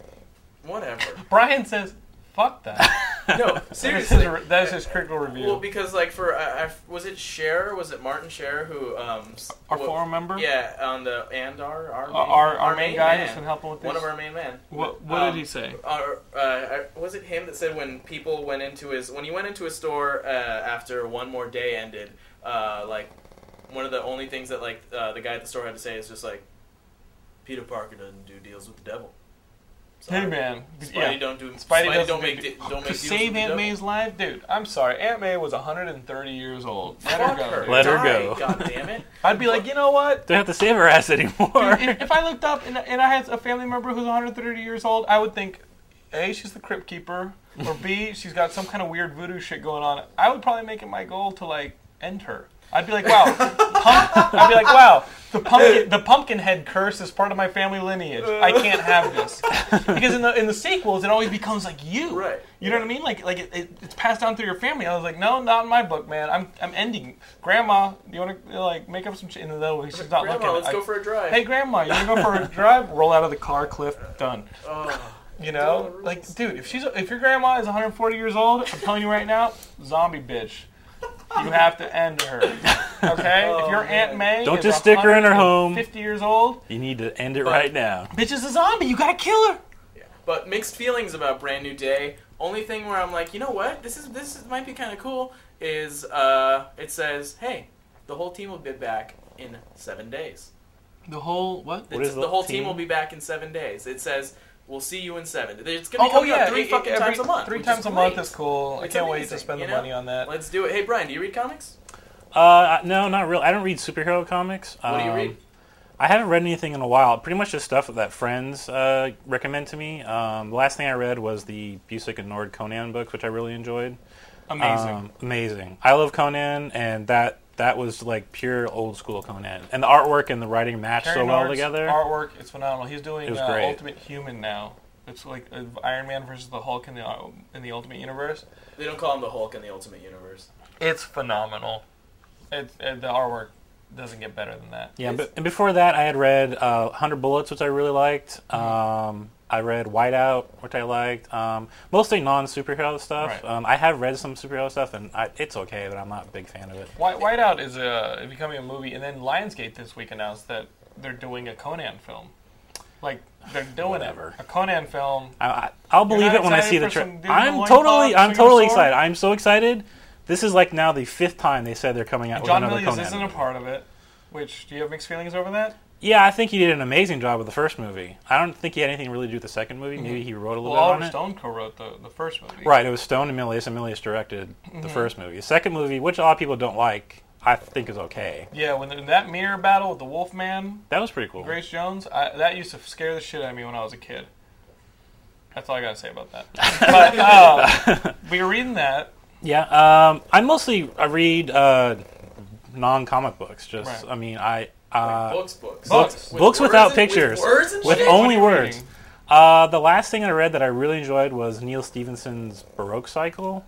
Speaker 3: Whatever.
Speaker 2: Brian says, "Fuck that."
Speaker 3: No,
Speaker 2: That is
Speaker 3: seriously.
Speaker 2: his, that is his critical review.
Speaker 3: Well, because like for I, I, was it Cher? Was it Martin Cher who um s-
Speaker 2: our
Speaker 3: what-
Speaker 2: forum member, Uh,
Speaker 3: Yeah, on the and our our main,
Speaker 2: our, our, our main guy who's
Speaker 3: man.
Speaker 2: been helping with this.
Speaker 3: One of our main men.
Speaker 2: what what
Speaker 3: um,
Speaker 2: did he say?
Speaker 3: Our, uh, I- was it him that said when people went into his when he went into a store uh, after one more day ended, uh, like one of the only things that like uh, the guy at the store had to say is just like, Peter Parker doesn't do deals with the devil. Sorry.
Speaker 2: Hey man,
Speaker 3: Spidey
Speaker 2: yeah.
Speaker 3: don't do.
Speaker 2: Spidey
Speaker 3: Spidey,
Speaker 2: doesn't
Speaker 3: don't make
Speaker 2: do-
Speaker 3: di- don't
Speaker 2: To
Speaker 3: make deals
Speaker 2: save
Speaker 3: with the
Speaker 2: Aunt
Speaker 3: devil.
Speaker 2: May's life, dude. I'm sorry, Aunt May was 130 years old. Let
Speaker 3: Fuck
Speaker 2: her
Speaker 3: her.
Speaker 2: go.
Speaker 4: Let her
Speaker 3: Die,
Speaker 4: go.
Speaker 3: God damn it.
Speaker 2: I'd be like, you know what?
Speaker 4: Don't have to save her ass anymore.
Speaker 2: If, if I looked up and, and I had a family member who's 130 years old, I would think, a, she's the crypt keeper, or b, she's got some kind of weird voodoo shit going on. I would probably make it my goal to like end her. I'd be like, wow, pump, I'd be like, wow, the pumpkin, the pumpkin head curse is part of my family lineage. I can't have this because in the in the sequels, it always becomes like you,
Speaker 3: Right.
Speaker 2: You know what I mean? Like like it, it, it's passed down through your family. I was like, no, not in my book, man. I'm I'm ending. Grandma, you want to like make up some shit? And no, she's not looking.
Speaker 3: Grandma, let's
Speaker 2: I-
Speaker 3: go for a drive.
Speaker 2: Hey, grandma, you wanna go for a drive? Roll out of the car, Cliff. Done.
Speaker 3: Oh,
Speaker 2: You know, like, dude, if she's if your grandma is 140 years old, I'm telling you right now, zombie bitch. You have to end her. Okay, if
Speaker 3: Oh,
Speaker 2: your Aunt May
Speaker 4: Don't
Speaker 2: is
Speaker 4: just stick her in her home.
Speaker 2: 50 years old,
Speaker 4: you need to end it right now.
Speaker 2: bitch is a zombie. You gotta kill her.
Speaker 3: but mixed feelings about Brand New Day. Only thing where I'm like, you know what? This is this is, might be kind of cool. Is uh, it says, hey, the whole team will be back in seven days.
Speaker 2: The whole what?
Speaker 4: What is
Speaker 3: the,
Speaker 4: the
Speaker 3: whole team?
Speaker 4: team?
Speaker 3: will be back in seven days. It says we'll see you in seven. It's gonna
Speaker 2: Oh,
Speaker 3: be
Speaker 2: oh
Speaker 3: coming out
Speaker 2: yeah,
Speaker 3: three
Speaker 2: it-
Speaker 3: fucking
Speaker 2: every-
Speaker 3: times a month.
Speaker 2: Three
Speaker 3: which
Speaker 2: times
Speaker 3: is
Speaker 2: a month
Speaker 3: great.
Speaker 2: is cool. I
Speaker 3: It's
Speaker 2: can't wait to
Speaker 3: amazing,
Speaker 2: spend
Speaker 3: you
Speaker 2: the
Speaker 3: know?
Speaker 2: money on that.
Speaker 3: Let's do it. Hey Brian, do you read comics?
Speaker 4: Uh, no, not real. I don't read superhero comics.
Speaker 3: What do you
Speaker 4: Um,
Speaker 3: read?
Speaker 4: I haven't read anything in a while. Pretty much just stuff that friends uh, recommend to me. Um, the last thing I read was the Busick and Nord Conan books, which I really enjoyed.
Speaker 2: Amazing.
Speaker 4: Um, amazing. I love Conan, and that that was like pure old school Conan. And the artwork and the writing matched
Speaker 2: Terry
Speaker 4: so well
Speaker 2: Norris'
Speaker 4: together.
Speaker 2: Artwork, it's phenomenal. He's doing
Speaker 4: It was
Speaker 2: uh,
Speaker 4: great.
Speaker 2: Ultimate Human now. It's like uh, Iron Man versus the Hulk in the uh, in the Ultimate Universe.
Speaker 3: They don't call him the Hulk in the Ultimate Universe.
Speaker 2: It's phenomenal. It's uh, the artwork doesn't get better than that.
Speaker 4: Yeah, but, and before that, I had read uh, 100 Bullets, which I really liked.
Speaker 2: Mm-hmm.
Speaker 4: Um, I read Whiteout, which I liked. Um, mostly non superhero stuff.
Speaker 2: Right.
Speaker 4: Um, I have read some superhero stuff, and I, it's okay, but I'm not a big fan of it.
Speaker 2: White Whiteout is uh, becoming a movie, and then Lionsgate this week announced that they're doing a Conan film. Like they're doing
Speaker 4: Whatever.
Speaker 2: it. a Conan film.
Speaker 4: I, I, I'll
Speaker 2: You're
Speaker 4: believe
Speaker 2: not
Speaker 4: it when I
Speaker 2: excited
Speaker 4: see the
Speaker 2: for some
Speaker 4: trailer.
Speaker 2: dude in a
Speaker 4: I'm
Speaker 2: loincloth
Speaker 4: totally, I'm
Speaker 2: swinging a
Speaker 4: totally
Speaker 2: sword?
Speaker 4: excited. I'm so excited. This is like now the fifth time they said they're coming out
Speaker 2: John
Speaker 4: with another
Speaker 2: Milius
Speaker 4: Conan.
Speaker 2: isn't a
Speaker 4: movie.
Speaker 2: part of it. Which do you have mixed feelings over that?
Speaker 4: Yeah, I think he did an amazing job with the first movie. I don't think he had anything really to do with the second movie. Maybe he wrote a little
Speaker 2: Mm-hmm. Well,
Speaker 4: bit on
Speaker 2: Oliver Stone
Speaker 4: it.
Speaker 2: co-wrote the, the first movie.
Speaker 4: Right, it was Stone and Milius, and Milius directed
Speaker 3: Mm-hmm.
Speaker 4: the first movie. The second movie, which a lot of people don't like, I think is okay.
Speaker 2: Yeah, when in that mirror battle with the Wolfman,
Speaker 4: That was pretty cool.
Speaker 2: Grace Jones, I, that used to scare the shit out of me when I was a kid. That's all I gotta say about that. but uh, we were reading that.
Speaker 4: Yeah, um, I mostly I read uh, non-comic books. Just,
Speaker 2: Right.
Speaker 4: I mean, I uh,
Speaker 3: books, books,
Speaker 4: books,
Speaker 3: With
Speaker 4: books
Speaker 3: words
Speaker 4: without
Speaker 3: and-
Speaker 4: pictures,
Speaker 3: with, words and
Speaker 4: with
Speaker 3: shit?
Speaker 4: only
Speaker 2: What are you
Speaker 4: words.
Speaker 2: reading?
Speaker 4: Uh, the last thing I read that I really enjoyed was Neil Stevenson's Baroque Cycle.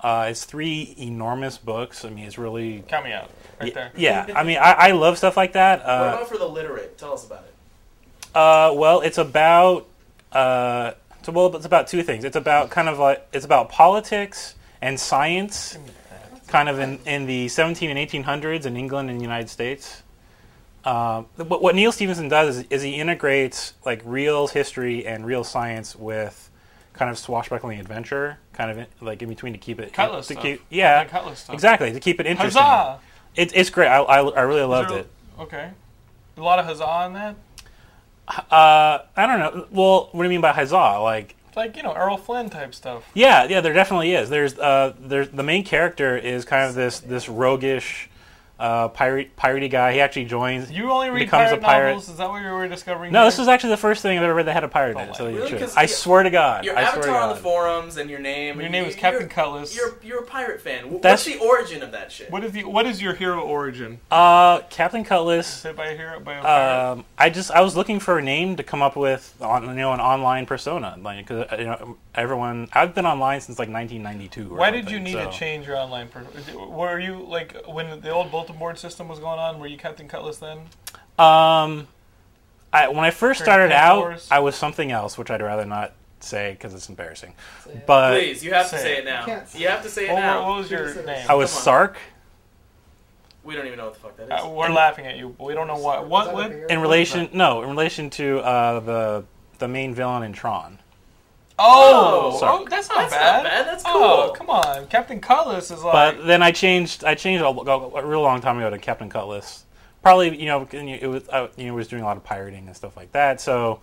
Speaker 4: Uh, it's three enormous books. I mean, it's really
Speaker 2: Count me out, right there.
Speaker 4: yeah. I mean, I, I love stuff like that.
Speaker 3: What
Speaker 4: Uh,
Speaker 3: about for the literate? Tell us about it.
Speaker 4: Uh, well, it's about uh, it's, well, it's about two things. It's about kind of like it's about politics and science, kind of in, in the 17 and 1800s in England and the United States. Um, what, what Neil Stevenson does is, is he integrates like real history and real science with kind of swashbuckling adventure, kind of in, like in between to keep it
Speaker 2: Cutlass
Speaker 4: to
Speaker 2: stuff.
Speaker 4: keep yeah
Speaker 2: Like Cutlass stuff.
Speaker 4: exactly to keep it interesting.
Speaker 2: Huzzah!
Speaker 4: It, it's great. I, I, I really loved it.
Speaker 2: Okay. A lot of huzzah in that.
Speaker 4: Uh, I don't know. Well, what do you mean by huzzah? Like
Speaker 2: It's like you know Errol Flynn type stuff.
Speaker 4: Yeah, yeah, there definitely is. There's uh, there's the main character is kind of this this roguish, uh, pirate piratey guy. He actually joins.
Speaker 2: You only read
Speaker 4: becomes a
Speaker 2: pirate,
Speaker 4: pirate.
Speaker 2: novels. Is that what you were discovering?
Speaker 4: no,
Speaker 2: here?
Speaker 4: this is actually the first thing I've ever read that had a pirate in
Speaker 2: Oh,
Speaker 4: it. To tell you the
Speaker 3: really?
Speaker 4: truth,
Speaker 3: 'Cause
Speaker 4: I
Speaker 3: your-
Speaker 4: swear to God,
Speaker 3: Your
Speaker 4: I swear to
Speaker 3: avatar
Speaker 4: God.
Speaker 3: on the forums and your name.
Speaker 2: Your
Speaker 3: and
Speaker 2: name
Speaker 3: you-
Speaker 2: is Captain
Speaker 3: you're-
Speaker 2: Cutlass.
Speaker 3: You're you're a pirate fan. Wh- What's
Speaker 4: That's-
Speaker 3: the origin of that shit?
Speaker 2: What is the what is your hero origin?
Speaker 4: Uh, Captain Cutlass.
Speaker 2: Said by a hero by a pirate?
Speaker 4: Um, I just I was looking for a name to come up with on you know an online persona like because you know everyone I've been online since like 1992. or
Speaker 2: Why did
Speaker 4: something,
Speaker 2: you need
Speaker 4: so.
Speaker 2: to change your online? Per- were you like when the old bulletin board system was going on? Were you Captain Cutlass then?
Speaker 4: Um, I, when I first
Speaker 2: Or
Speaker 4: started
Speaker 2: Pet
Speaker 4: out,
Speaker 2: Wars.
Speaker 4: I was something else, which I'd rather not say because it's embarrassing. But
Speaker 3: Please, you have to
Speaker 2: say
Speaker 3: say
Speaker 2: it.
Speaker 3: it now.
Speaker 5: You can't say
Speaker 3: You have to say it
Speaker 2: What, were- what
Speaker 3: now.
Speaker 2: was your
Speaker 5: Citizen.
Speaker 2: name?
Speaker 4: I was
Speaker 3: Come on.
Speaker 4: Sark
Speaker 3: We don't even know what the fuck that is.
Speaker 2: Uh, we're laughing at you, but we don't know what. What? what?
Speaker 4: in relation. No, in relation to uh, the the main villain in Tron.
Speaker 2: Oh,
Speaker 4: Sorry.
Speaker 2: oh, that's not
Speaker 3: That's not
Speaker 2: bad.
Speaker 3: bad, that's
Speaker 2: Oh,
Speaker 3: cool.
Speaker 2: come on, Captain Cutlass
Speaker 3: Oh,
Speaker 2: is like.
Speaker 4: But then I changed. I changed a, a real long time ago to Captain Cutlass. Probably, you know, and you- it was I, you know was doing a lot of pirating and stuff like that. So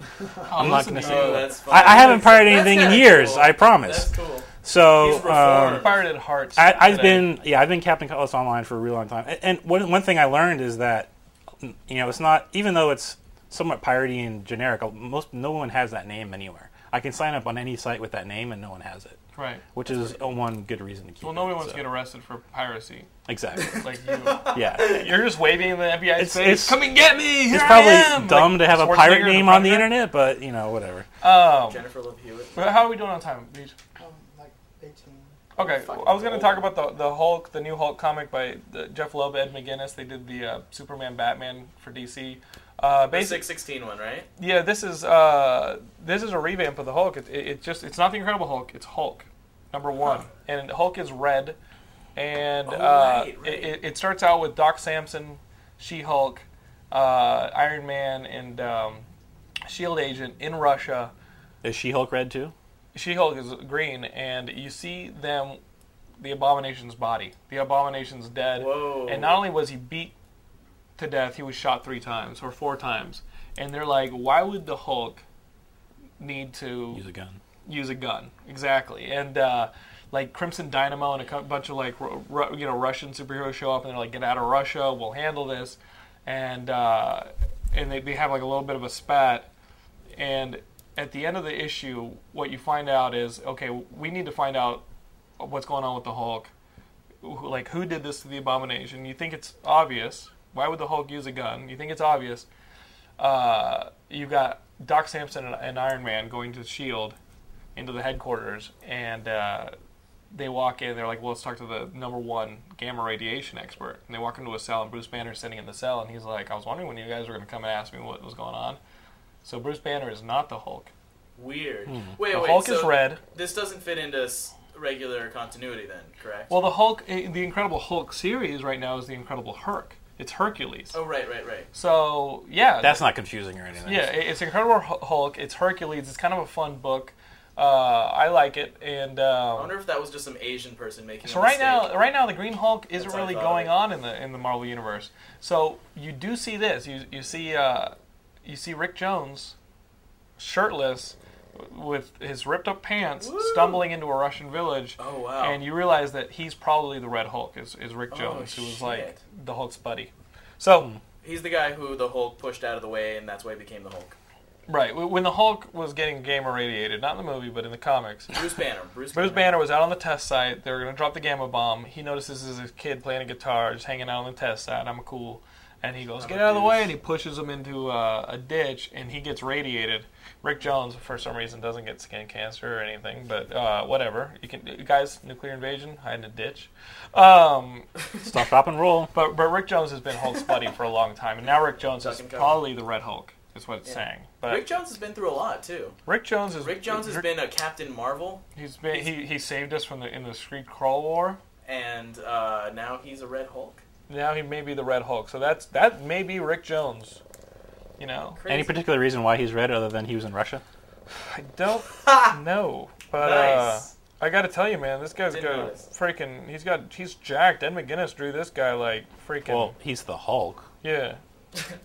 Speaker 4: I'm not gonna say.
Speaker 3: Oh, that's fine.
Speaker 4: I, I haven't pirated
Speaker 3: That's
Speaker 4: anything in
Speaker 3: kinda
Speaker 4: years.
Speaker 3: cool.
Speaker 4: I promise.
Speaker 3: That's cool.
Speaker 4: So
Speaker 3: He's
Speaker 4: um,
Speaker 3: reformed.
Speaker 2: pirated hearts.
Speaker 4: I, I've
Speaker 2: today.
Speaker 4: been yeah, I've been Captain Cutlass online for a real long time. And, and one one thing I learned is that you know it's not even though it's somewhat piratey and generic. Most no one has that name anywhere. I can sign up on any site with that name and no one has it,
Speaker 2: right.
Speaker 4: which is uh, one good reason to keep.
Speaker 2: Well,
Speaker 4: it,
Speaker 2: nobody wants
Speaker 4: so.
Speaker 2: to get arrested for piracy,
Speaker 4: exactly.
Speaker 2: like you.
Speaker 4: Yeah,
Speaker 2: You're just waving in the FBI's
Speaker 4: It's-
Speaker 2: face.
Speaker 4: it's-
Speaker 2: Come and get me. Here
Speaker 4: it's
Speaker 2: I am!"
Speaker 4: probably dumb
Speaker 2: Like,
Speaker 4: to have a
Speaker 2: Schwarzenegger
Speaker 4: pirate
Speaker 2: in
Speaker 4: name on the
Speaker 2: front of
Speaker 4: internet, but you know whatever.
Speaker 2: you. Um,
Speaker 3: Jennifer Love Hewitt.
Speaker 2: but how are we doing on time, Beach?
Speaker 6: Um, like 18.
Speaker 2: Okay, well, I was going to talk about the the Hulk, the new Hulk comic by the Jeff Loeb, Ed McGuinness. They did the uh, Superman Batman for DC. Uh,
Speaker 3: The
Speaker 2: basic,
Speaker 3: 616 one, right?
Speaker 2: yeah. This is uh, this is a revamp of the Hulk. It, it, it just it's not the Incredible Hulk. It's Hulk, number one, and Hulk is red, and uh,
Speaker 3: right, right.
Speaker 2: It, it, it starts out with Doc Samson, She Hulk, uh, Iron Man, and um, Shield Agent in Russia.
Speaker 4: Is She Hulk red too?
Speaker 2: She-Hulk is green, and you see them, the Abomination's body. The Abomination's dead.
Speaker 3: Whoa.
Speaker 2: And not only was he beat to death, he was shot three times or four times. And they're like, why would the Hulk need to
Speaker 4: Use a gun.
Speaker 2: use a gun. Exactly. And uh, like Crimson Dynamo and a cou- bunch of like ru- ru- you know Russian superheroes show up and they're like, "Get out of Russia. We'll handle this." And uh, and they, they have like a little bit of a spat. And at the end of the issue, what you find out is, okay, we need to find out what's going on with the Hulk. Who- Like who did this to the Abomination? You think it's obvious? Why would the Hulk use a gun? You think it's obvious? Uh, you got Doc Samson and, and Iron Man going to Shield, into the headquarters and uh, they walk in. They're like, "Well, let's talk to the number one gamma radiation expert." And they walk into a cell, and Bruce Banner's sitting in the cell, and he's like, "I was wondering when you guys were going to come and ask me what was going on." So Bruce Banner is not the Hulk.
Speaker 3: Weird. Wait,
Speaker 2: Hmm. The
Speaker 3: wait.
Speaker 2: Hulk
Speaker 3: so
Speaker 2: is red.
Speaker 3: This doesn't fit into s- regular continuity, then, correct?
Speaker 2: Well, the Hulk, eh, the Incredible Hulk series right now is the Incredible Herc. It's Hercules.
Speaker 3: oh, right, right, right.
Speaker 2: So yeah,
Speaker 4: That's not confusing or anything.
Speaker 2: Yeah, it- it's Incredible Hu- Hulk. It's Hercules. It's kind of a fun book. Uh, I like it, and um,
Speaker 3: I wonder if that was just some Asian person making.
Speaker 2: So
Speaker 3: a
Speaker 2: right
Speaker 3: mistake.
Speaker 2: now, right now, the Green Hulk isn't
Speaker 3: That's what I
Speaker 2: really
Speaker 3: thought.
Speaker 2: going on in the in the Marvel universe. So you do see this. You you see uh, you see Rick Jones, shirtless, w- with his ripped up pants, stumbling into a Russian village.
Speaker 3: Oh, wow. Oh,
Speaker 2: And you realize that he's probably the Red Hulk. Is is Rick Jones, who was like
Speaker 3: shit.
Speaker 2: the Hulk's buddy. So.
Speaker 3: he's the guy who the Hulk pushed out of the way, and that's why he became the Hulk.
Speaker 2: Right, w- when the Hulk was getting gamma radiated, not in the movie, but in the comics,
Speaker 3: Bruce Banner. Bruce.
Speaker 2: Bruce Banner was out on the test site. They were going to drop the gamma bomb. He notices this is a kid playing a guitar, just hanging out on the test site. I'm cool. And he goes, get out of the way. And he pushes him into uh, a ditch, and he gets radiated. Rick Jones, for some reason, doesn't get skin cancer or anything, but uh, whatever. You can, you guys, nuclear invasion, hide in a ditch. Um,
Speaker 4: Stop, drop, and roll.
Speaker 2: but but Rick Jones has been Hulk's buddy for a long time, and now Rick Jones is
Speaker 3: Duck and cover.
Speaker 2: probably the Red Hulk, is what it's saying. But
Speaker 3: Rick Jones has been through a lot too.
Speaker 2: Rick Jones is
Speaker 3: Rick Jones has
Speaker 2: Rick-
Speaker 3: been a Captain Marvel,
Speaker 2: He's been he, he saved us from the in the Street Crawl War.
Speaker 3: and uh, now he's a Red Hulk.
Speaker 2: Now he may be the Red Hulk. So that's that may be Rick Jones. You know,
Speaker 3: Crazy.
Speaker 4: Any particular reason why he's red other than he was in Russia?
Speaker 2: I don't know, but
Speaker 3: Nice.
Speaker 2: uh, I got to tell you, man, this guy's
Speaker 3: Didn't
Speaker 2: got
Speaker 3: notice.
Speaker 2: freaking. He's got he's jacked. Ed McGuinness drew this guy like freaking.
Speaker 4: Well, he's the Hulk.
Speaker 2: yeah,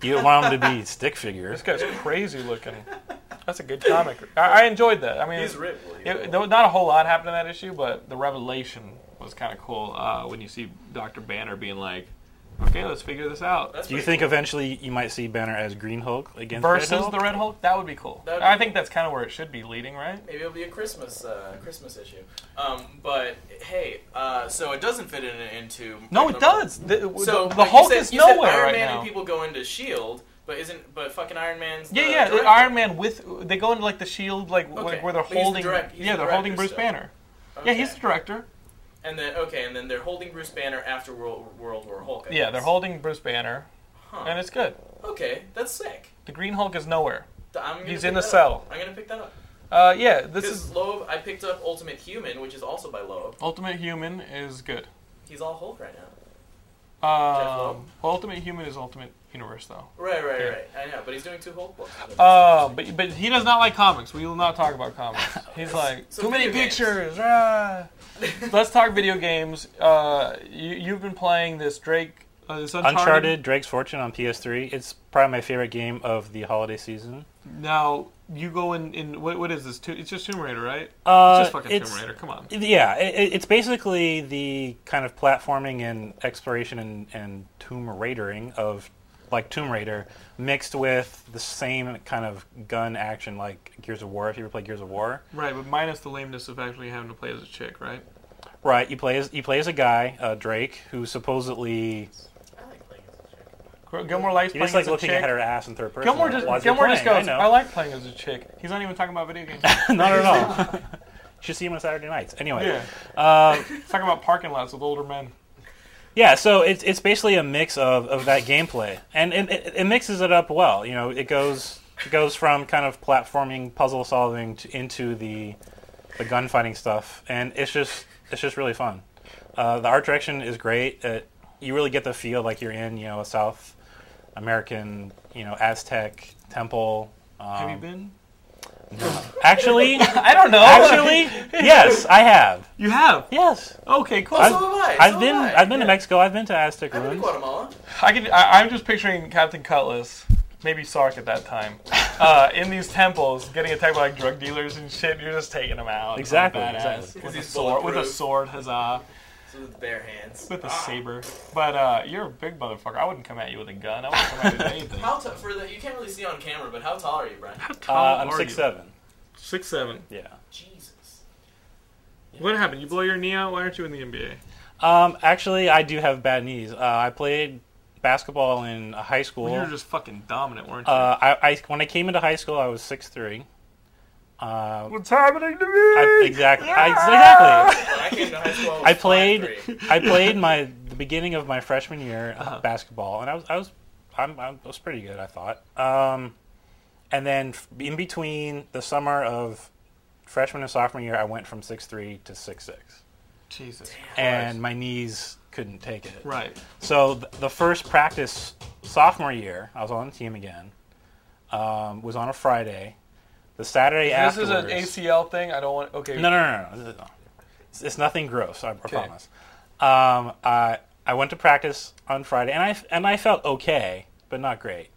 Speaker 4: You don't want him to be stick figure.
Speaker 2: this guy's crazy looking. That's a good comic. I, I enjoyed that. I mean,
Speaker 3: He's
Speaker 2: it-
Speaker 3: ripped. Will you?
Speaker 2: It, there was not a whole lot happened in that issue, but the revelation was kind of cool uh, when you see Doctor Banner being like, "Okay, let's figure this out."
Speaker 3: That's
Speaker 4: Do you
Speaker 3: pretty
Speaker 4: think
Speaker 3: cool.
Speaker 4: eventually you might see Banner as Green Hulk against
Speaker 2: versus
Speaker 4: Red Hulk?
Speaker 2: the Red Hulk. That would be cool.
Speaker 3: That would be
Speaker 2: I think
Speaker 3: cool.
Speaker 2: that's kind of where it should be leading, right?
Speaker 3: Maybe it'll be a Christmas uh, Christmas issue. Um, but hey, uh, so it doesn't fit in into
Speaker 2: No, it
Speaker 3: regular-
Speaker 2: does. The, so
Speaker 3: So
Speaker 2: the,
Speaker 3: like you
Speaker 2: Hulk
Speaker 3: said-
Speaker 2: is
Speaker 3: you said
Speaker 2: nowhere
Speaker 3: Iron
Speaker 2: right
Speaker 3: Man
Speaker 2: now.
Speaker 3: and people go into Shield, E but isn't but fucking Iron Man's the
Speaker 2: yeah, yeah. the
Speaker 3: director.
Speaker 2: Iron Man with they go into like the shield, like
Speaker 3: Okay,
Speaker 2: like where they're
Speaker 3: but he's the
Speaker 2: holding.
Speaker 3: direct- he's
Speaker 2: yeah,
Speaker 3: the
Speaker 2: they're holding
Speaker 3: director
Speaker 2: Bruce
Speaker 3: still.
Speaker 2: Banner. Yeah,
Speaker 3: Okay.
Speaker 2: he's the director.
Speaker 3: And then okay, and then they're holding Bruce Banner after World World War Hulk. I
Speaker 2: Yeah, they're
Speaker 3: guess.
Speaker 2: holding Bruce Banner,
Speaker 3: Huh.
Speaker 2: and it's good.
Speaker 3: okay. That's sick.
Speaker 2: The Green Hulk is nowhere.
Speaker 3: Th- I'm gonna
Speaker 2: He's
Speaker 3: pick
Speaker 2: in a
Speaker 3: that up.
Speaker 2: cell.
Speaker 3: I'm gonna pick that up.
Speaker 2: Uh, yeah, this
Speaker 3: This
Speaker 2: is
Speaker 3: is Loeb. I picked up Ultimate Human, which is also by Loeb.
Speaker 2: Ultimate Human is good.
Speaker 3: He's all Hulk right now.
Speaker 2: Um,
Speaker 3: Loeb?
Speaker 2: Ultimate Human is Ultimate universe, though.
Speaker 3: Right, right, right. I know, but he's doing two Hulk books.
Speaker 2: Uh, but but he does not like comics. We will not talk about comics. He's like
Speaker 3: So
Speaker 2: too many
Speaker 3: video games.
Speaker 2: pictures. ah." Let's talk video games. Uh, you you've been playing this Drake. Uh, this Uncharted.
Speaker 4: Uncharted, Drake's Fortune on PS3. It's probably my favorite game of the holiday season.
Speaker 2: Now you go in. in what, what is this? To- It's just Tomb Raider, right?
Speaker 4: Uh,
Speaker 2: it's just fucking
Speaker 4: it's-
Speaker 2: Tomb Raider. Come on.
Speaker 4: Yeah, it, it- it's basically the kind of platforming and exploration and, and tomb raidering of like Tomb Raider mixed with the same kind of gun action like Gears of War. If you ever play Gears of War,
Speaker 2: Right, but minus the lameness of actually having to play as a chick, right?
Speaker 4: right? You play as you play as a guy, uh, Drake, who supposedly
Speaker 3: I like playing as a chick.
Speaker 2: Gilmore likes
Speaker 4: you
Speaker 2: playing
Speaker 4: just like
Speaker 2: as a
Speaker 4: looking
Speaker 2: chick.
Speaker 4: at her ass in third person.
Speaker 2: Gilmore just
Speaker 4: while you're
Speaker 2: Gilmore just
Speaker 4: playing,
Speaker 2: goes.
Speaker 4: I
Speaker 2: I,
Speaker 4: know.
Speaker 2: like playing as a chick. He's not even talking about video games. He's
Speaker 4: Not at all. You should see him on Saturday nights. Anyway.
Speaker 2: Yeah.
Speaker 4: Uh,
Speaker 2: talking about parking lots with older men.
Speaker 4: Yeah, so it's it's basically a mix of, of that gameplay, and it, it, it mixes it up well. You know, it goes it goes from kind of platforming, puzzle solving to, into the the gunfighting stuff, and it's just it's just really fun. Uh, the art direction is great. It, you really get the feel like you're in you know a South American you know Aztec temple. Um,
Speaker 2: Have you been?
Speaker 4: Actually,
Speaker 2: I don't know.
Speaker 4: actually, yes, I have.
Speaker 2: you have.
Speaker 4: Yes,
Speaker 2: Okay, cool.
Speaker 4: I've,
Speaker 3: Oh, So have I, so
Speaker 4: I've
Speaker 3: have
Speaker 4: been
Speaker 3: I,
Speaker 4: I've been to
Speaker 3: yeah.
Speaker 4: Mexico. I've been to Aztec
Speaker 3: I've been to
Speaker 4: ruins.
Speaker 3: Guatemala.
Speaker 2: I can. I, I'm just picturing Captain Cutlass, maybe Sark at that time, uh, in these temples, getting attacked by like drug dealers and shit. You're just taking them out.
Speaker 4: Exactly,
Speaker 2: Like, badass.
Speaker 4: exactly.
Speaker 2: With a
Speaker 3: He's
Speaker 2: sword. With a
Speaker 3: bulletproof.
Speaker 2: sword, huzzah.
Speaker 3: So with bare hands.
Speaker 2: With a
Speaker 3: Ah.
Speaker 2: saber. But uh, you're a big motherfucker. I wouldn't come at you with a gun. I wouldn't come at you with anything.
Speaker 3: How t- for the you can't really see on camera, but how tall are you, Brian?
Speaker 4: Uh,
Speaker 2: How
Speaker 4: I'm
Speaker 2: are
Speaker 4: six
Speaker 2: you?
Speaker 4: seven.
Speaker 2: Six seven.
Speaker 4: Yeah.
Speaker 3: Jesus.
Speaker 2: What happened? You blow your knee out. Why aren't you in the NBA?
Speaker 4: Um, actually, I do have bad knees. Uh, I played basketball in high school.
Speaker 2: You were just fucking dominant, weren't you?
Speaker 4: uh, I, I when I came into high school, I was six three. Uh,
Speaker 2: What's happening to me?
Speaker 4: I, exactly, I, exactly.
Speaker 3: When I came to high school, I, was
Speaker 4: I played,
Speaker 3: 5'3".
Speaker 4: I played my the beginning of my freshman year of basketball, and I was, I was, I'm, I was pretty good, I thought. Um, and then f- in between the summer of freshman and sophomore year, I went from six three to six six,
Speaker 2: Jesus. Christ.
Speaker 4: and my knees couldn't take it.
Speaker 2: right.
Speaker 4: So th- the first practice sophomore year, I was on the team again. Um, was on a Friday. The Saturday
Speaker 2: This is an
Speaker 4: afterwards.
Speaker 2: ACL thing. I don't want. Okay.
Speaker 4: No, no, no, no, no. This is- It's, it's nothing gross. I, I promise. Um, I I went to practice on Friday, and I f- and I felt okay, but not great.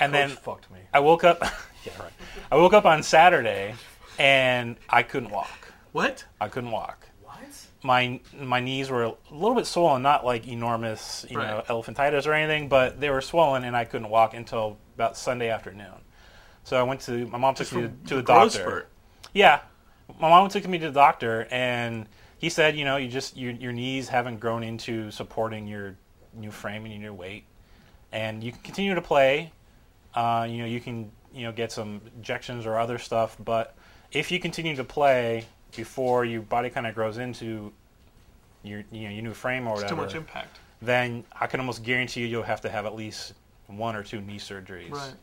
Speaker 4: And
Speaker 2: Coach
Speaker 4: then
Speaker 2: fucked me.
Speaker 4: I woke up. yeah, right. I woke up on Saturday, and I couldn't walk.
Speaker 2: What?
Speaker 4: I couldn't walk
Speaker 3: What?
Speaker 4: my my knees were a little bit swollen, not like enormous, you know,
Speaker 2: Right.
Speaker 4: elephantitis or anything, but they were swollen, and I couldn't walk until about Sunday afternoon. So I went to my mom took me to, to the
Speaker 2: Growth
Speaker 4: doctor.
Speaker 2: spurt.
Speaker 4: Yeah, my mom took me to the doctor, and he said, you know, you just your your knees haven't grown into supporting your new frame and your new weight, and you can continue to play. Uh, you know, you can you know get some injections or other stuff, but if you continue to play before your body kind of grows into your you know your new frame or
Speaker 2: It's too
Speaker 4: whatever,
Speaker 2: much impact.
Speaker 4: then I can almost guarantee you you'll have to have at least one or two knee surgeries
Speaker 2: Right.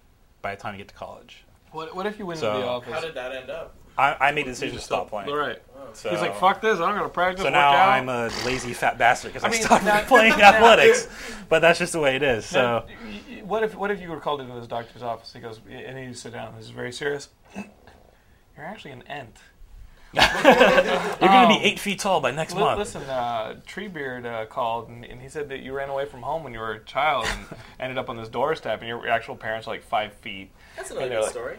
Speaker 4: by the time you get to college.
Speaker 2: What? What if you went
Speaker 4: So-
Speaker 2: into the
Speaker 3: How
Speaker 2: office?
Speaker 3: did that end up?
Speaker 4: I, I made the decision
Speaker 2: You
Speaker 4: to
Speaker 2: just
Speaker 4: stop
Speaker 2: stopped-
Speaker 4: playing.
Speaker 2: All right.
Speaker 4: So,
Speaker 2: He's like, fuck this. I'm gonna practice.
Speaker 4: So
Speaker 2: work
Speaker 4: now
Speaker 2: out.
Speaker 4: I'm a lazy fat bastard because I,
Speaker 2: I mean,
Speaker 4: stopped
Speaker 2: now-
Speaker 4: playing athletics. But that's just the way it is.
Speaker 2: Now,
Speaker 4: So
Speaker 2: y- y- what if what if you were called into this doctor's office? He goes, and you sit down. This is very serious. You're actually an ent.
Speaker 4: you're going to
Speaker 2: um,
Speaker 4: be eight feet tall by next
Speaker 2: Li-
Speaker 4: month.
Speaker 2: listen, uh, Treebeard uh, called and, and he said that you ran away from home when you were a child and ended up on this doorstep, and your actual parents are like five feet.
Speaker 3: That's another
Speaker 2: And they're
Speaker 3: good
Speaker 2: like-
Speaker 3: story.